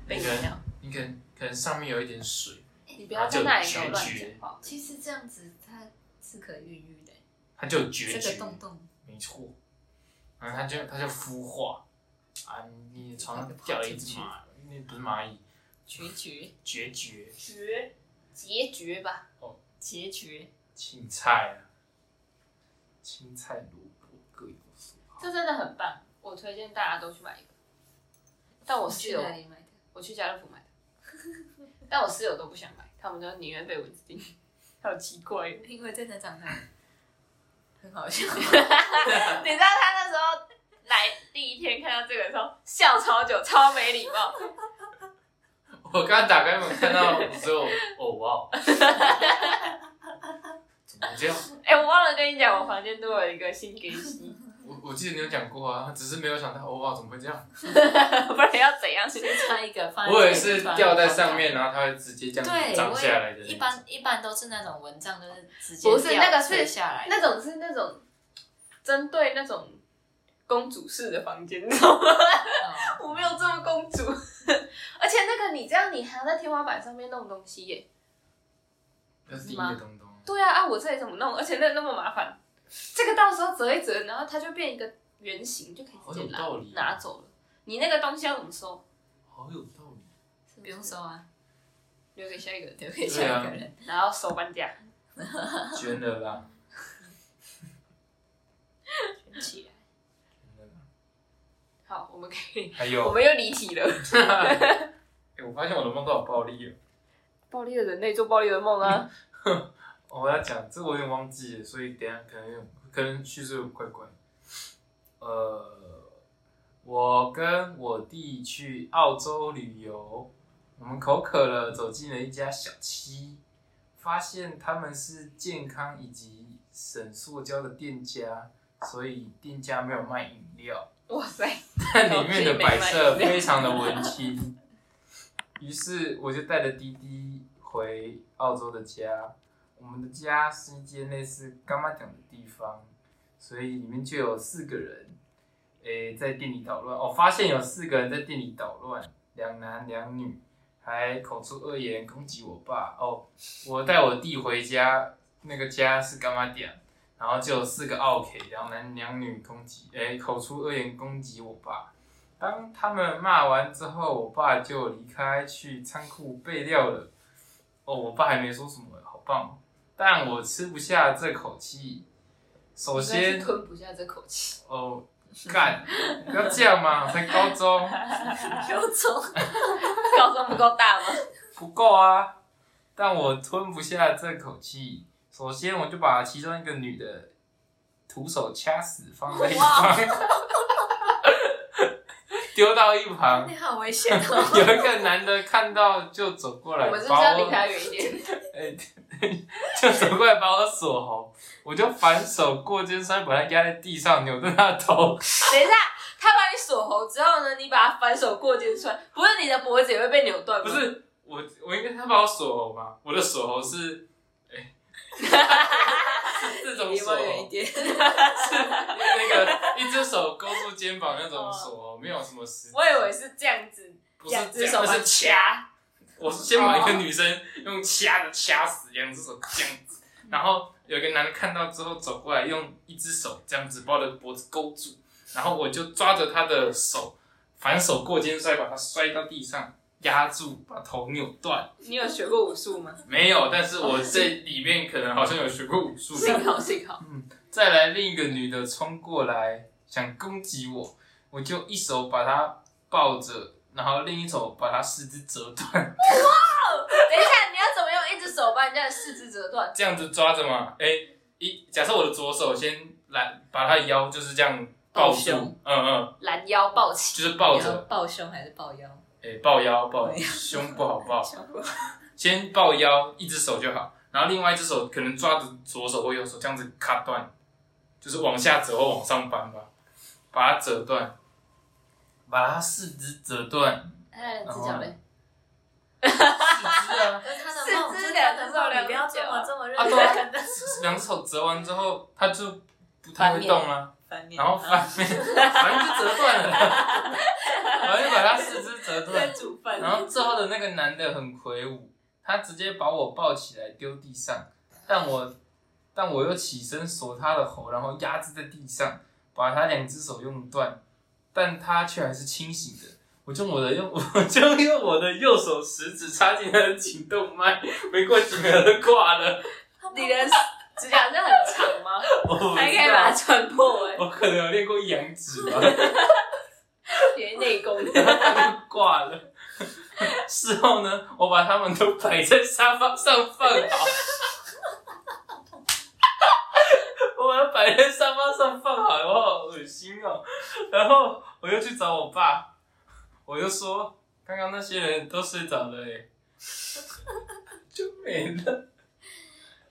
[SPEAKER 3] 没
[SPEAKER 1] 那
[SPEAKER 3] 有
[SPEAKER 1] 个。你可能可能上面有一点水，
[SPEAKER 3] 你不要在那里给我乱讲话。
[SPEAKER 2] 其实这样子它是可以孕育的，欸
[SPEAKER 1] 它就有决
[SPEAKER 2] 这
[SPEAKER 1] 绝
[SPEAKER 2] 个，洞洞
[SPEAKER 1] 没错，然后它就它就孵化啊，你床上掉了一只蚂，那不是蚂蚁，
[SPEAKER 2] 决绝
[SPEAKER 1] 决绝
[SPEAKER 3] 绝结局吧，
[SPEAKER 2] 结局，
[SPEAKER 1] 青菜啊，青菜萝卜各有所好，
[SPEAKER 3] 这真的很棒，我推荐大家都去买一个。但我室
[SPEAKER 2] 去
[SPEAKER 3] 友，
[SPEAKER 2] 哪里买的？
[SPEAKER 3] 我去家乐福买的， 但我室友都不想买，他们都宁愿被蚊子叮。 好奇怪，你
[SPEAKER 2] 因为真的长得很好 笑，
[SPEAKER 3] 知道他那时候来第一天看到这个的时候，笑超久，超没礼貌。
[SPEAKER 1] 我刚打开门看到只有哦哇哦，怎么这样？
[SPEAKER 3] 哎、我忘了跟你讲，我房间多了一个新给息，
[SPEAKER 1] 我我记得你有讲过啊，只是没有想到哦哇怎么会这样？
[SPEAKER 3] 不然要怎样去？
[SPEAKER 2] 穿一个放在
[SPEAKER 1] 我也是吊在上。面，然后它会直接这样
[SPEAKER 2] 对，
[SPEAKER 1] 子长下来的
[SPEAKER 2] 我
[SPEAKER 1] 那
[SPEAKER 2] 也
[SPEAKER 1] 种。
[SPEAKER 2] 一般一般都是那种蚊帐，就是直接
[SPEAKER 3] 不是
[SPEAKER 2] 掉
[SPEAKER 3] 那个是
[SPEAKER 2] 垂下来的，
[SPEAKER 3] 那种是那种针对那种公主式的房间，你知道吗？
[SPEAKER 2] 哦
[SPEAKER 3] 我没有这么公主， 而且那个你这样，你还要在天花板上面弄东西耶。
[SPEAKER 1] 那是第一个东东。
[SPEAKER 3] 对啊，啊，我这里怎么弄？而且那那么麻烦，这个到时候折一折，然后它就变一个圆形，就可以直接拿
[SPEAKER 1] 哦好有道理啊
[SPEAKER 3] 拿走了。你那个东西要怎么收？
[SPEAKER 1] 好有道理。
[SPEAKER 2] 不用收啊，
[SPEAKER 3] 留给下一个
[SPEAKER 1] 啊
[SPEAKER 3] 人，
[SPEAKER 2] 留给下一个人。
[SPEAKER 3] 然后收搬家
[SPEAKER 1] 捐了啦，
[SPEAKER 3] 卷起来。
[SPEAKER 1] 捐了啦。
[SPEAKER 3] 好，我们可以，
[SPEAKER 1] 还
[SPEAKER 3] 我
[SPEAKER 1] 有，
[SPEAKER 3] 们又离题了。
[SPEAKER 1] 哎，我发现我的梦都好暴力哦。
[SPEAKER 3] 暴力的人类做暴力的 梦啊！
[SPEAKER 1] 哦我要讲这个我有点忘记了，所以等一下可能有可能叙述有点怪怪。呃，我跟我弟去澳洲旅游，我们口渴了，走进了一家小七，发现他们是健康以及省塑胶的店家，所以店家没有卖饮料。
[SPEAKER 3] 哇塞，
[SPEAKER 1] 但里面的摆设非常的文青。于是我就带着滴滴回澳洲的家。我们的家是一间类似干妈讲的地方，所以里面就有四个人。诶、诶、在店里捣乱哦，发现有四个人在店里捣乱，两男两女，还口出恶言攻击我爸哦。我带我弟回家，那个家是干嘛店，然后就有四个 OK，两男两女攻击，诶、口出恶言攻击我爸。当他们骂完之后，我爸就离开去仓库备料了。哦，我爸还没说什么，好棒哦！但我吃不下这口气。首
[SPEAKER 3] 应该
[SPEAKER 1] 先
[SPEAKER 3] 是，吞不下这口气，
[SPEAKER 1] 哦，干，不要这样嘛，才高中
[SPEAKER 2] 有种，
[SPEAKER 3] 高中不够大吗？
[SPEAKER 1] 不够啊，但我吞不下这口气。首先，我就把其中一个女的徒手掐死，放在一旁， 丢到一旁
[SPEAKER 2] 你。好危险哦！
[SPEAKER 1] 有一个男的看到就走过来，
[SPEAKER 3] 我们是不是
[SPEAKER 1] 把
[SPEAKER 3] 要
[SPEAKER 1] 我
[SPEAKER 3] 离他远一点？
[SPEAKER 1] 哎， 就走过来把我锁喉，我就反手过肩摔，把他压在地上，扭断他的 头。
[SPEAKER 3] 等一下，他把你锁喉之后呢，你把他反手过肩穿，不是你的脖子也会被扭断吗？
[SPEAKER 1] 不，是我，我应该他把我锁喉嘛？我的锁喉是， 哎、是这种
[SPEAKER 2] 离
[SPEAKER 1] 锁
[SPEAKER 2] 我远一
[SPEAKER 1] 喉，
[SPEAKER 2] 点，
[SPEAKER 1] 是那个一只手勾住肩膀那种锁喉，没有什么实。
[SPEAKER 3] 哦我以为是这样子，
[SPEAKER 1] 不是
[SPEAKER 3] 两
[SPEAKER 1] 这
[SPEAKER 3] 只
[SPEAKER 1] 样，
[SPEAKER 3] 手
[SPEAKER 1] 那
[SPEAKER 3] 把
[SPEAKER 1] 是
[SPEAKER 3] 你
[SPEAKER 1] 掐。，我是先把一个女生用掐的掐死，两只手这样子，然后有一个男的看到之后走过来，用一只手这样子把我的脖子勾住，然后我就抓着他的手，反手过肩摔，把他摔到地上，压住，把头扭断。
[SPEAKER 3] 你有学过武术吗？
[SPEAKER 1] 没有，但是我这里面可能好像有学过武术。
[SPEAKER 3] 幸好幸好，
[SPEAKER 1] 再来另一个女的冲过来想攻击我，我就一手把她抱着，然后另一手把她四肢折 断，
[SPEAKER 3] 等一下，你要怎么用一只手把人家的四肢折断？
[SPEAKER 1] 这样子抓着嘛。哎、一假设我的左手先来把她腰就是这样抱
[SPEAKER 2] 抱
[SPEAKER 1] 住
[SPEAKER 2] 胸，
[SPEAKER 1] 嗯嗯，
[SPEAKER 3] 拦腰抱起，
[SPEAKER 1] 就是抱着，
[SPEAKER 2] 抱胸还是抱腰？
[SPEAKER 1] 哎、抱腰抱
[SPEAKER 2] 抱腰
[SPEAKER 1] 胸不好抱，
[SPEAKER 2] 胸部
[SPEAKER 1] 先抱腰，一只手就好，然后另外一只手可能抓着左手或右手这样子卡断，就是往下折或往上扳吧，把它折断，把它四肢折断，
[SPEAKER 3] 哎，只脚
[SPEAKER 1] 哦
[SPEAKER 3] 嘞，
[SPEAKER 1] 四肢啊，
[SPEAKER 2] 这是他的
[SPEAKER 3] 四
[SPEAKER 2] 梦，
[SPEAKER 3] 肢
[SPEAKER 2] 这是
[SPEAKER 3] 两
[SPEAKER 2] 他
[SPEAKER 3] 只
[SPEAKER 2] 的
[SPEAKER 3] 手
[SPEAKER 2] 梦，
[SPEAKER 3] 两
[SPEAKER 2] 你
[SPEAKER 3] 只
[SPEAKER 2] 不要
[SPEAKER 3] 脚
[SPEAKER 2] 这么这么
[SPEAKER 1] 啊
[SPEAKER 2] 认
[SPEAKER 1] 对啊
[SPEAKER 2] 真的
[SPEAKER 1] 两手折完之后，它就不太会动了、
[SPEAKER 2] 翻面
[SPEAKER 1] 然后反面， 反正就折断了， 反正就把它四肢折断。
[SPEAKER 2] 煮饭
[SPEAKER 1] 然后最后的那个男的很魁梧，他直接把我抱起来丢地上，但我但我又起身锁他的喉，然后压制在地上，把他两只手用断，但他却还是清醒的。我就用我的用， 我就用我的右手食指插进他的颈动脉，没过几秒就挂了。
[SPEAKER 3] 你的指甲是很长吗？
[SPEAKER 1] 我不知道
[SPEAKER 3] 还可以把它穿破哎，
[SPEAKER 1] 我可能有练过一阳指吧。
[SPEAKER 3] 学内功
[SPEAKER 2] 哎
[SPEAKER 3] 的。
[SPEAKER 1] 挂了。 事后呢，我把他们都摆在沙发上放好， 我把它摆在沙发上放好，我好恶心哦。然后我又去找我爸，我就说刚刚那些人都睡着了、欸，就没了。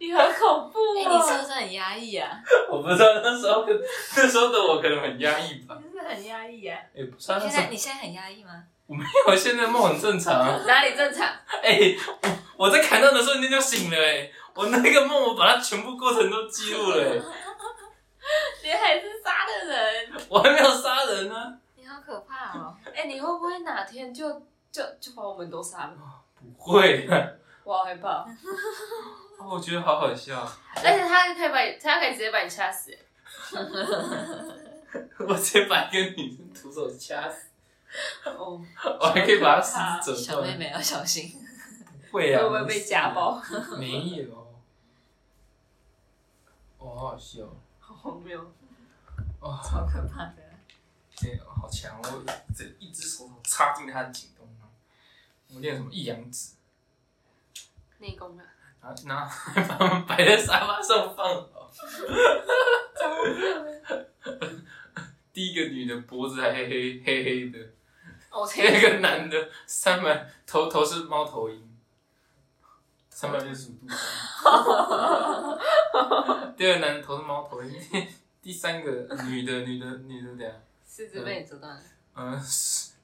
[SPEAKER 3] 你很恐怖
[SPEAKER 2] 哎，你是不
[SPEAKER 3] 哦，
[SPEAKER 2] 是很压抑啊？
[SPEAKER 1] 我不知道那时候可那时候的我可能很压抑吧，
[SPEAKER 3] 你是不是很压抑啊？
[SPEAKER 1] 哎、不是啊，
[SPEAKER 2] 你
[SPEAKER 1] 那
[SPEAKER 2] 现
[SPEAKER 1] 时候
[SPEAKER 2] 在你现在很压抑吗？
[SPEAKER 1] 我没有，现在梦很正常啊。
[SPEAKER 3] 哪里正常？
[SPEAKER 1] 哎、我我在砍断的瞬间就醒了、哎，我那个梦我把它全部过程都记录了、 哎
[SPEAKER 3] 你还是杀的人。
[SPEAKER 1] 我还没有杀人呢、啊。
[SPEAKER 2] 你好可怕哦！
[SPEAKER 3] 哎、你会不会哪天就就就把我们都杀了？
[SPEAKER 1] 不会，
[SPEAKER 3] 我好害怕。
[SPEAKER 1] 哦我觉得好好笑。
[SPEAKER 3] 而且他可以把你，他可以直接把你掐死。
[SPEAKER 1] 我直接把一个女生徒手掐死，
[SPEAKER 3] 哦，
[SPEAKER 1] 我还可以把她四肢折
[SPEAKER 2] 小妹
[SPEAKER 1] 断。
[SPEAKER 2] 妹要小心，
[SPEAKER 1] 会啊，
[SPEAKER 3] 会不会被家暴？
[SPEAKER 1] 没事？没有。我好好笑，
[SPEAKER 3] 好荒谬，
[SPEAKER 1] 哇、
[SPEAKER 2] 好可怕的。
[SPEAKER 1] 这好强！哦我这一只手插进她的颈动脉，我练什么一阳指，
[SPEAKER 3] 内功啊！
[SPEAKER 1] 然后然后 还把它们摆在沙发上放好。 第一个女的脖子还黑黑黑黑的，
[SPEAKER 3] 哦，
[SPEAKER 1] 第
[SPEAKER 3] 天
[SPEAKER 1] 二个男的三百头头是猫头鹰，三百六十五度 角。第二个男的头是猫头鹰，第三个女的女的女的俩，
[SPEAKER 3] 四肢被你折 断了，
[SPEAKER 1] 嗯、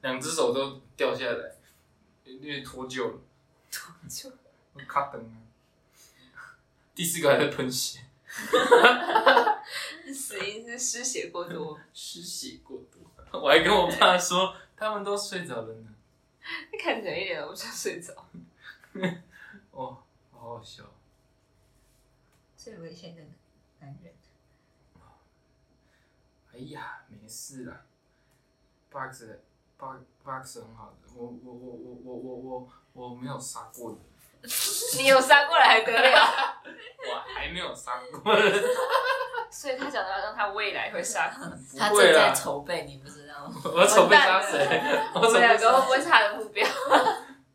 [SPEAKER 1] 两只手都掉下来，因为脱臼了，
[SPEAKER 3] 就
[SPEAKER 1] 我卡等了。第四个还在喷血，
[SPEAKER 3] 死因是失血过多。
[SPEAKER 1] 失血过多。 我还跟我爸说，他们都睡着了呢。
[SPEAKER 3] 看起来一点都不像睡着。
[SPEAKER 1] 哦，好好笑。
[SPEAKER 2] 最危险的
[SPEAKER 1] 啊
[SPEAKER 2] 男人。
[SPEAKER 1] 哎呀，没事啦，box box box 很好的，我我我我我我我我没有杀过人，
[SPEAKER 3] 你有杀过来还得了？
[SPEAKER 1] 我还没有杀过人，
[SPEAKER 3] 所以他想要让他未来会杀过来。
[SPEAKER 1] 不
[SPEAKER 2] 他
[SPEAKER 1] 会
[SPEAKER 2] 正在
[SPEAKER 1] 啦，
[SPEAKER 2] 筹备，你不知道吗？
[SPEAKER 1] 我准备杀谁？ 我
[SPEAKER 3] 我
[SPEAKER 1] 准备
[SPEAKER 3] 们两
[SPEAKER 1] 杀
[SPEAKER 3] 个会不会差的目标？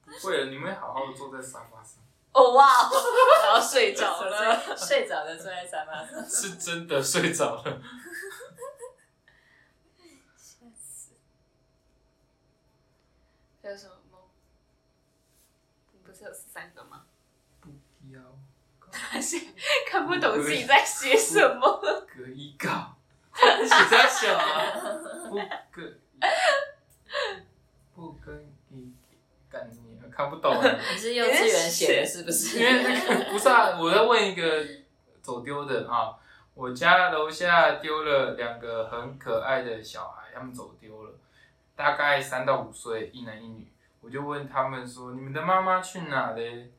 [SPEAKER 1] 不会了，你们会好好的坐在沙发上，
[SPEAKER 2] 哦哇，
[SPEAKER 3] 然后睡着 了。，
[SPEAKER 2] 睡着了，坐在沙发上。
[SPEAKER 1] 是真的睡着了。
[SPEAKER 3] 还有什么梦？你不是有十三个吗？
[SPEAKER 1] 不要
[SPEAKER 3] 他是看不懂自己在写什么。
[SPEAKER 1] 可以搞，你在想啊？不可以，不跟你干你，看不懂啊。
[SPEAKER 2] 你是幼稚园写的，是不
[SPEAKER 1] 因为
[SPEAKER 2] 是？
[SPEAKER 1] 那个不是啊，我在问一个走丢的啊，我家楼下丢了两个很可爱的小孩，他们走丢了，大概三到五岁，一男一女。我就问他们说：“你们的妈妈去哪嘞？”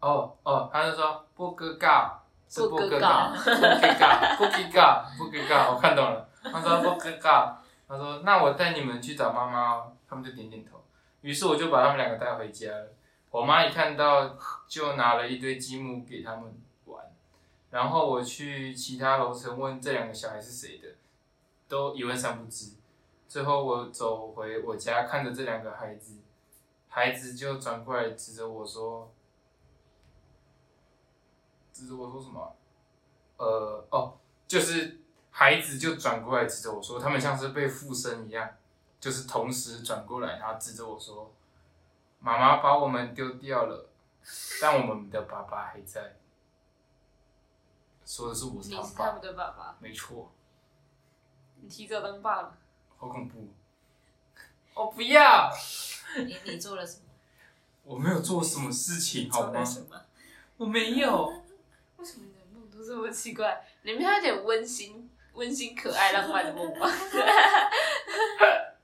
[SPEAKER 1] 哦哦，他就说：“不哥嘎，是不哥嘎，不哥嘎， 不哥嘎，不哥嘎。”我看懂了，他说：“不哥嘎。”他说：“那我带你们去找妈妈哦。”他们就点点头。于是我就把他们两个带回家了。我妈一看到就拿了一堆积木给他们玩，然后我去其他楼层问这两个小孩是谁的，都一问三不知。最后我走回我家，看着这两个孩子，孩子就转过来指着我说：“指着我说什么啊？呃，哦，就是孩子就转过来指着我说，他们像是被附身一样，就是同时转过来，然后指着我说：‘妈妈把我们丢掉了。’”但我们的爸爸还在。说的是我是
[SPEAKER 3] 你
[SPEAKER 1] 他
[SPEAKER 3] 是他
[SPEAKER 1] 爸
[SPEAKER 3] 们，的爸爸，
[SPEAKER 1] 没错，
[SPEAKER 3] 你提早当爸了。
[SPEAKER 1] 好恐怖。哦我、不要，
[SPEAKER 2] 你你做了什么？
[SPEAKER 1] 我没有做什么事情，好吗？
[SPEAKER 2] 么？
[SPEAKER 1] 我没有，
[SPEAKER 3] 为什么你的梦都这么奇怪？ 你们要有点温馨、温馨、可爱、浪漫的梦吧？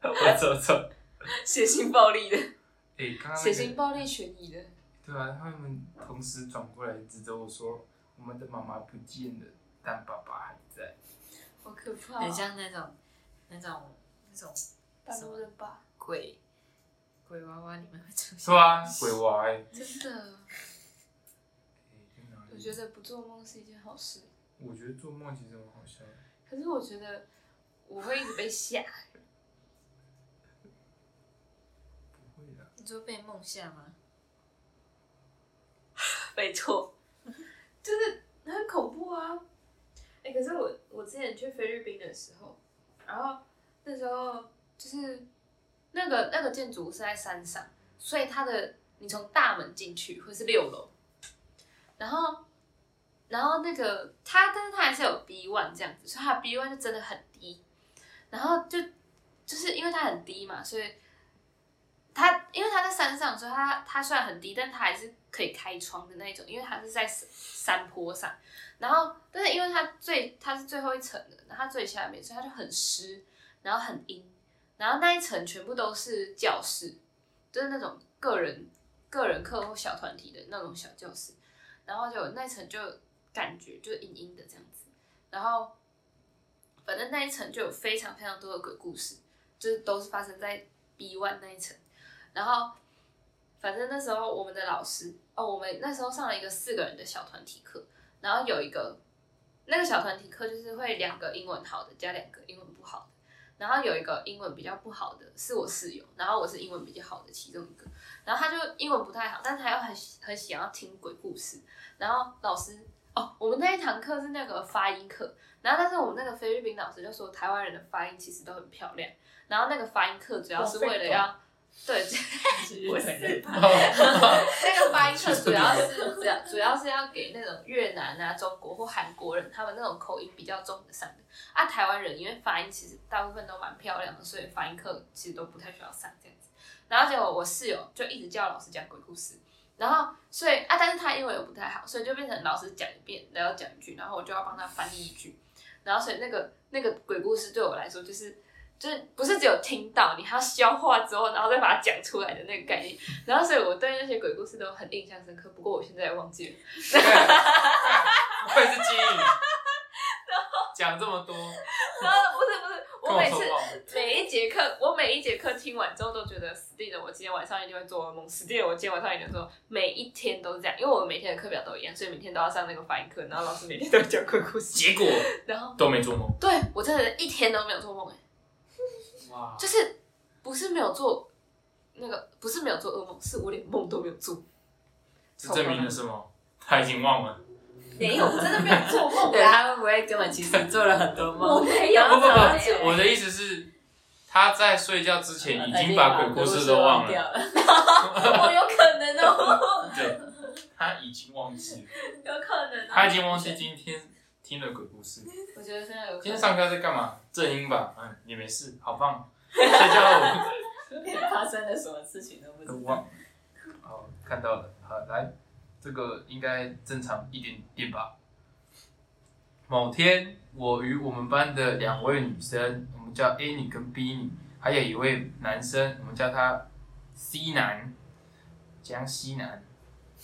[SPEAKER 1] 我走走。
[SPEAKER 3] 血腥暴力的，
[SPEAKER 1] 哎、刚刚、
[SPEAKER 3] 血
[SPEAKER 1] 那
[SPEAKER 3] 腥
[SPEAKER 1] 个、
[SPEAKER 3] 暴力悬疑的，
[SPEAKER 1] 对啊，他们同时转过来指着我说：“我们的妈妈不见了，但爸爸还在。
[SPEAKER 3] 好可怕、啊
[SPEAKER 2] 很像那种那种那种
[SPEAKER 3] 大陆人吧？
[SPEAKER 2] 鬼鬼娃娃里面会出”
[SPEAKER 1] 是
[SPEAKER 2] 现。
[SPEAKER 1] 吧？鬼娃、欸，
[SPEAKER 3] 真的，我
[SPEAKER 1] 我
[SPEAKER 3] 觉，得不做梦是一件好事。
[SPEAKER 1] 我觉得做梦其实很好笑。
[SPEAKER 3] 可是我觉得我会一直被吓，
[SPEAKER 1] 不会的，
[SPEAKER 2] 你说被梦吓吗？
[SPEAKER 3] 没错，就是很恐怖啊。哎、可是我我之前去菲律宾的时候，然后那时候就是那个那个建筑物是在山上，所以它的你从大门进去会是六楼，然后然后那个它，但是它还是有 B one 这样子，所以它的 B one 就真的很低，然后就就是因为它很低嘛，所以它因为它在山上，所以它它虽然很低，但它还是可以开窗的那一种，因为它是在山山坡上。然后，但是因为它最它是最后一层的，然后它最下面，所以它就很湿，然后很阴，然后那一层全部都是教室，就是那种个人个人课或小团体的那种小教室，然后就那一层就感觉就阴阴的这样子，然后反正那一层就有非常非常多的鬼故事，就是都是发生在 B one 那一层。然后反正那时候我们的老师哦，我们那时候上了一个四个人的小团体课，然后有一个那个小团体课就是会两个英文好的加两个英文不好的，然后有一个英文比较不好的是我室友，然后我是英文比较好的其中一个，然后他就英文不太好，但是他又很喜很想要听鬼故事，然后老师。哦，我们那一堂课是那个发音课，然后但是我们那个菲律宾老师就说台湾人的发音其实都很漂亮，然后那个发音课主要是为了要对，
[SPEAKER 2] 我
[SPEAKER 3] 是
[SPEAKER 1] 哦
[SPEAKER 3] 那个发音课主要是这样，主要是要给那种越南啊、中国或韩国人他们那种口音比较重的上的。啊，台湾人因为发音其实大部分都蛮漂亮的，所以发音课其实都不太需要上这样子。然后结果我室友就一直叫老师讲鬼故事，然后所以啊，但是他英文又不太好，所以就变成老师讲一遍，然后讲一句，然后我就要帮他翻译一句。然后所以那个那个鬼故事对我来说就是就是不是只有听到，你还要消化之后，然后再把它讲出来的那个概念。然后，所以我对那些鬼故事都很印象深刻。不过我现在也忘 记了。
[SPEAKER 1] 对不愧是基因，讲这么多，
[SPEAKER 3] 然后呃不是不是，
[SPEAKER 1] 跟
[SPEAKER 3] 我
[SPEAKER 1] 我
[SPEAKER 3] 每
[SPEAKER 1] 说
[SPEAKER 3] 次
[SPEAKER 1] 忘了。
[SPEAKER 3] 每一节课，我每一节课听完之后都觉得死定了，我今天晚上一定会做噩梦，死定了，我今天晚上一定会做噩梦。每一天都是这样，因为我每天的课表都一样，所以每天都要上那个发音课，然后老师每天都讲鬼故事。
[SPEAKER 1] 结果
[SPEAKER 3] 然后，
[SPEAKER 1] 都没做梦，
[SPEAKER 3] 对我真的一天都没有做梦，哎，
[SPEAKER 1] 哇！
[SPEAKER 3] 就是不是没有做那个，不是没有做噩梦，是我连梦都没有做，
[SPEAKER 1] 这证明了什么？他已经忘了。
[SPEAKER 3] 没有，我真 的没有做梦
[SPEAKER 2] 对，
[SPEAKER 3] 啊。
[SPEAKER 2] 他会不会根本其实做了很多
[SPEAKER 3] 我
[SPEAKER 2] 梦？
[SPEAKER 3] 没有，啊
[SPEAKER 2] 不不不
[SPEAKER 3] 我没有
[SPEAKER 1] 我的意思是，他在睡觉之前已
[SPEAKER 3] 哎
[SPEAKER 1] 经把鬼故事都
[SPEAKER 2] 忘
[SPEAKER 1] 忘 了，
[SPEAKER 2] 掉了。
[SPEAKER 3] 我有可能 哦，
[SPEAKER 1] 对，他已经忘记了，
[SPEAKER 3] 有可能、哦。
[SPEAKER 1] 他已经忘记 今天听了鬼故事。
[SPEAKER 3] 我觉得现在有可
[SPEAKER 1] 今天
[SPEAKER 3] 能。
[SPEAKER 1] 上课在干嘛？正音吧，嗯，也没事，好棒。睡觉了
[SPEAKER 2] 发生了什么事情都不
[SPEAKER 1] 我
[SPEAKER 2] 知
[SPEAKER 1] 都
[SPEAKER 2] 道。
[SPEAKER 1] 忘了。哦，看到了，嗯好来，这个应该正常一点点吧。某天，我与我们班的两位女生，我们叫 A 女跟 B 女，还有一位男生，我们叫他 C 男，江西男，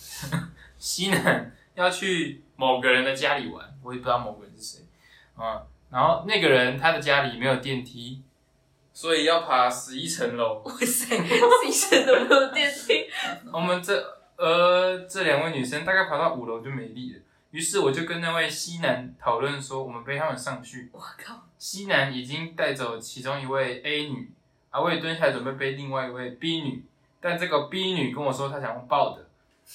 [SPEAKER 1] 西男要去某个人的家里玩，我也不知道某个人是谁啊、然后那个人他的家里没有电梯，所以要爬十一层楼。
[SPEAKER 2] 哇塞，
[SPEAKER 3] 自己生都没有 电梯，
[SPEAKER 1] 我们这呃这两位女生大概爬到五楼就没力了，于是我就跟那位西南讨论说，我们背他们上去。
[SPEAKER 3] 我靠！
[SPEAKER 1] 西南已经带走其中一位 A 女，阿伟蹲下来准备背另外一位 B 女，但这个 B 女跟我说她想用抱的，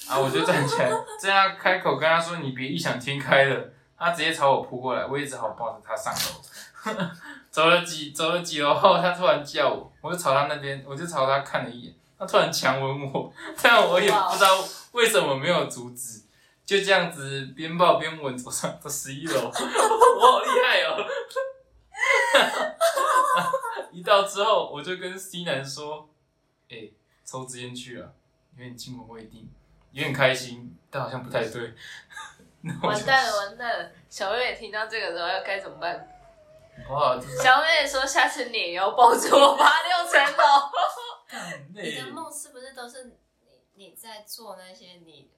[SPEAKER 1] 啊，我就站起来，这样开口跟她说你别异想天开了，她直接朝我扑过来，我也只好抱着她上楼。 走了几走了几楼后，她突然叫我，我就朝她那边，我就朝她看了一眼，她突然强吻我，但我也不知道为什么没有阻止。就这样子边抱边吻走上走十一楼， 我好厉害哦！ 一到之后，我就跟 C 男说：“哎、抽支烟去了，有点惊魂未定，有点开心，但好像不太对。”然后我
[SPEAKER 3] 完
[SPEAKER 1] 就
[SPEAKER 3] 蛋了，完蛋了！小妹妹听到这个时候要该怎么办？
[SPEAKER 1] 哇，真的
[SPEAKER 3] 小妹妹说：“下次你也要抱着我爬六层楼。
[SPEAKER 1] 很
[SPEAKER 2] 你
[SPEAKER 1] 累
[SPEAKER 2] 的。梦是不是都是你你在做那些你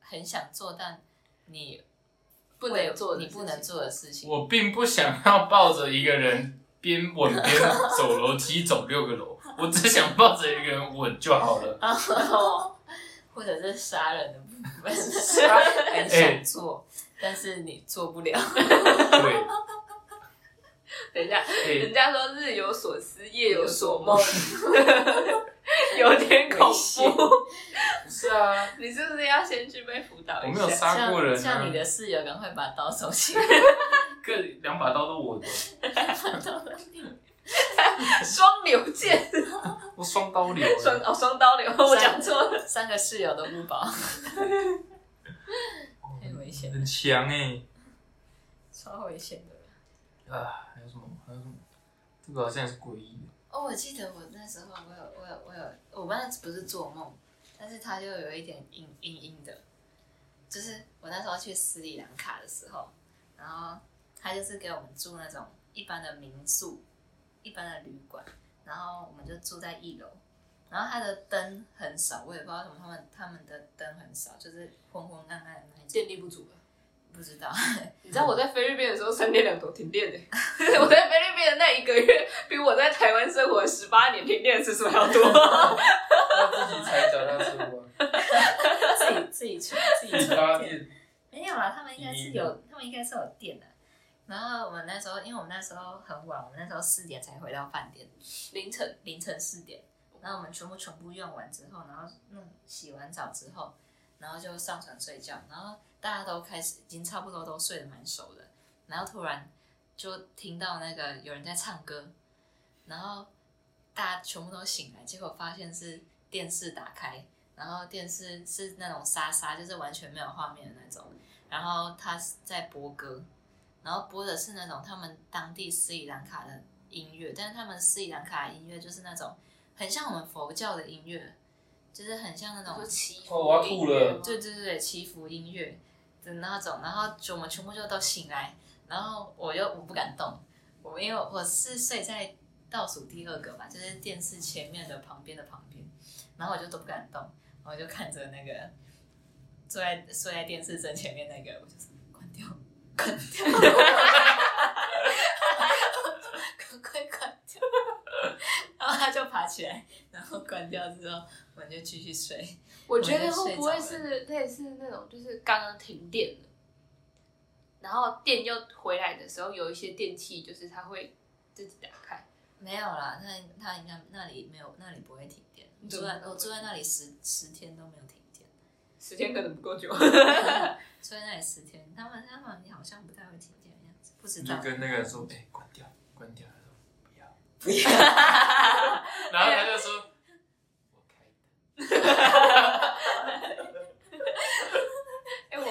[SPEAKER 2] 很想做但你
[SPEAKER 3] 不能做的
[SPEAKER 2] 你
[SPEAKER 3] 事
[SPEAKER 2] 不能
[SPEAKER 3] 情
[SPEAKER 2] 做的事情？
[SPEAKER 1] 我并不想要抱着一个人边吻边走楼梯走六个楼，我只想抱着一个人吻就好了。
[SPEAKER 2] 啊，
[SPEAKER 3] 哦
[SPEAKER 2] 或者是杀人的部 分，
[SPEAKER 1] 哎
[SPEAKER 2] 很想做，但是你做不了。
[SPEAKER 1] 对，”
[SPEAKER 3] 等一下，
[SPEAKER 1] 哎、
[SPEAKER 3] 人家说日有所思，夜有所梦， 有点恐
[SPEAKER 2] 危险
[SPEAKER 3] 怖。
[SPEAKER 1] 不是啊，
[SPEAKER 3] 你是不是要先去被辅导
[SPEAKER 1] 我
[SPEAKER 3] 一
[SPEAKER 1] 没有
[SPEAKER 3] 下？
[SPEAKER 1] 杀过人、啊
[SPEAKER 2] 像像你的室友，赶快把刀收起来。
[SPEAKER 1] 各两把刀都我的，
[SPEAKER 3] 双流剑，
[SPEAKER 1] 我双刀流欸。
[SPEAKER 3] 双哦双刀流，我讲错了。
[SPEAKER 2] 三个室友都不保，太危险了，
[SPEAKER 1] 很强哎、
[SPEAKER 2] 超危险的。
[SPEAKER 1] 啊，还有什么？还有什么？这个好像也是诡异的。
[SPEAKER 2] 哦，我记得我那时候我有我有我有，我那不是做梦，但是它就有一点阴阴阴的，就是我那时候去斯里兰卡的时候，然后他就是给我们住那种一般的民宿，一般的旅馆，然后我们就住在一楼，然后它的灯很少，我也不知道为什么他们他们的灯很少，就是昏昏暗暗的那一种，
[SPEAKER 3] 电力不足吧？
[SPEAKER 2] 不知道。
[SPEAKER 3] 你知道我在菲律宾的时候三天两头停电的、 我在菲律宾的那一个月，比我在台湾生活十八年停电的次数还要多。
[SPEAKER 1] 他自己踩脚踏车
[SPEAKER 2] 自己自己去自己充
[SPEAKER 1] 搭
[SPEAKER 2] 电，
[SPEAKER 1] 电，
[SPEAKER 2] 没有啦，他们应该是有，他们应该是有电的。然后我们那时候，因为我们那时候很晚，我们那时候四点才回到饭店，
[SPEAKER 3] 凌
[SPEAKER 1] 哦
[SPEAKER 3] 晨，
[SPEAKER 2] 凌晨四点。然后我们全部全部用完之后，然后弄洗完澡之后，然后就上床睡觉。然后大家都开始已经差不多都睡得蛮熟的，然后突然就听到那个有人在唱歌，然后大家全部都醒来，结果发现是电视打开，然后电视是那种沙沙，就是完全没有画面的那种，然后他是在播歌，然后播的是那种他们当地斯里兰卡的音乐，但是他们斯里兰卡的音乐就是那种很像我们佛教的音乐，就是很像那种
[SPEAKER 3] 祈
[SPEAKER 1] 哦我要吐了
[SPEAKER 2] 对对对，祈福音乐的那种，然后就我们全部就都醒来，然后我又我不敢动，我因为我是睡在倒数第二个吧，就是电视前面的旁边的旁边，然后我就都不敢动，然后我就看着那个坐在坐在电视正前面那个，我就是关掉，关掉，赶快关掉，然后他就爬起来，然后关掉之后，我就继续睡。
[SPEAKER 3] 我觉得会不会是类似那种，就是刚刚停电了，然后电又回来的时候，有一些电器就是它会自己打开。
[SPEAKER 2] 没有啦，那他应该那里没有，那里不会停电。
[SPEAKER 3] 你
[SPEAKER 2] 住
[SPEAKER 3] 怎么
[SPEAKER 2] 在
[SPEAKER 3] 不
[SPEAKER 2] 我
[SPEAKER 3] 会
[SPEAKER 2] 住在那里十十天都没有停电，
[SPEAKER 3] 时间可能不够 久，哎
[SPEAKER 2] 住在那里十天，他们他们好像不太会停电的样子，不知
[SPEAKER 1] 你就
[SPEAKER 2] 道。
[SPEAKER 1] 跟那个人说，哎、关掉，关掉，他说不要，
[SPEAKER 2] 不 要，
[SPEAKER 1] 然后他就说，我开的，
[SPEAKER 3] 哎、 我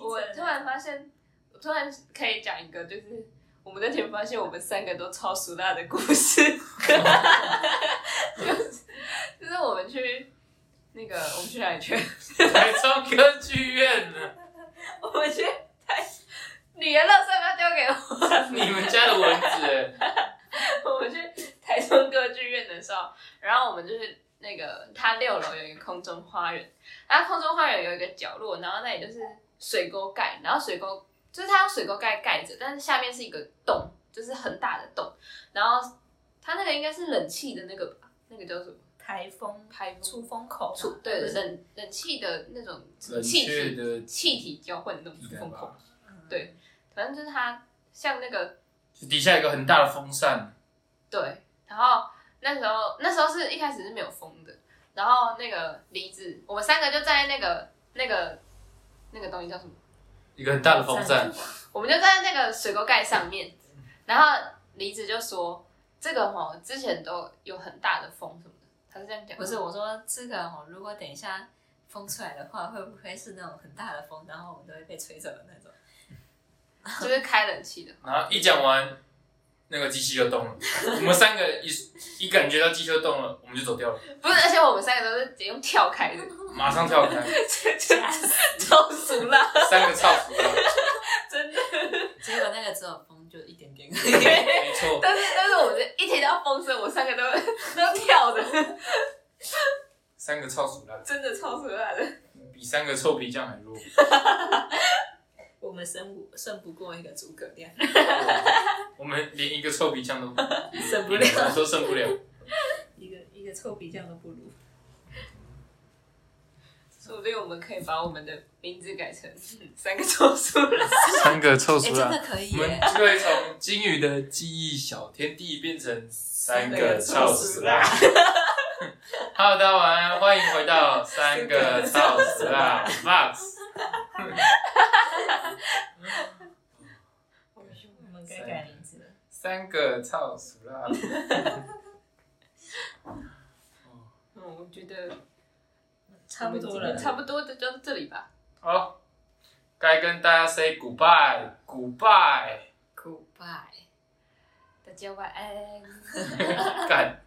[SPEAKER 3] 我突然发现，我突然可以讲一个，就是我们那天发现我们三个都超熟辣的故 事，就是就是我们去那个我们去哪里去？
[SPEAKER 1] 台中歌剧院呢，
[SPEAKER 3] 我们去台，你的乐色不要丢给我。
[SPEAKER 1] 你们家的蚊子、哎
[SPEAKER 3] 我们去台中歌剧院的时候，然后我们就是那个它六楼有一个空中花园，然后空中花园有一个角落，然后那里就是水沟盖，然后水沟就是它用水沟盖盖着，但是下面是一个洞，就是很大的洞，然后它那个应该是冷气的那个吧，那个叫什么
[SPEAKER 2] 台风
[SPEAKER 3] 排风？
[SPEAKER 2] 出风口嘛，
[SPEAKER 3] 出对
[SPEAKER 2] 不是
[SPEAKER 3] 冷冷气的那种
[SPEAKER 1] 冷
[SPEAKER 3] 气
[SPEAKER 1] 却
[SPEAKER 3] 体
[SPEAKER 1] 的
[SPEAKER 3] 气体交换的那种
[SPEAKER 1] 应该
[SPEAKER 3] 风口
[SPEAKER 1] 吧，，
[SPEAKER 2] 嗯
[SPEAKER 3] 对反正就是它像那个
[SPEAKER 1] 底下有一个很大的风扇，
[SPEAKER 3] 对，然后那时候那时候是一开始是没有风的，然后那个梨子，我们三个就站在那个那个那个东西叫什么？
[SPEAKER 1] 一个很大的风扇，
[SPEAKER 3] 我们就站在那个水沟盖上面，然后梨子就说这个哈、之前都有很大的风什么的，他是这样讲，
[SPEAKER 2] 不是我说这个哦，如果等一下风出来的话，会不会是那种很大的风，然后我们都会被吹走的 那种？
[SPEAKER 3] 就是开冷气的，
[SPEAKER 1] 然后一讲完，那个机器就动了，我们三个一一感觉到机器就动了，我们就走掉了，
[SPEAKER 3] 不是，而且我们三个都是直接用跳开 的，
[SPEAKER 1] 马上跳开，
[SPEAKER 3] 这这超俗啦，
[SPEAKER 1] 三个超服了，
[SPEAKER 3] 真的。
[SPEAKER 2] 结果那个只有风就一点 点，
[SPEAKER 1] 没错，
[SPEAKER 3] 但是但是我们一听到风声，我三个都都跳的，
[SPEAKER 1] 三个超熟了，
[SPEAKER 3] 真的超俗辣的。
[SPEAKER 1] 比三个臭皮匠还弱。
[SPEAKER 2] 我们胜不胜不过一个诸葛亮，
[SPEAKER 1] 我们连一个臭皮匠都
[SPEAKER 2] 胜不了，
[SPEAKER 1] 都胜不了。
[SPEAKER 2] 一个一个臭皮匠都不如。
[SPEAKER 3] 说不定我们可以把我们的名字改成三个臭鼠了。
[SPEAKER 1] 三个臭
[SPEAKER 2] 哎、真的可以
[SPEAKER 1] 我们
[SPEAKER 2] 耶！
[SPEAKER 1] 就会从金鱼的记忆小天地变成三个臭死啦。Hello，大家晚安，欢迎回到三个臭死啦 Box。
[SPEAKER 2] 我们该改名字了。
[SPEAKER 1] 三个臭死啦。
[SPEAKER 3] 嗯，我觉得
[SPEAKER 2] 差不多了，
[SPEAKER 3] 差不多的就到这里吧。
[SPEAKER 1] 好，该跟大家 say goodbye，goodbye。
[SPEAKER 2] Goodbye。
[SPEAKER 3] 大家晚安。
[SPEAKER 1] 干。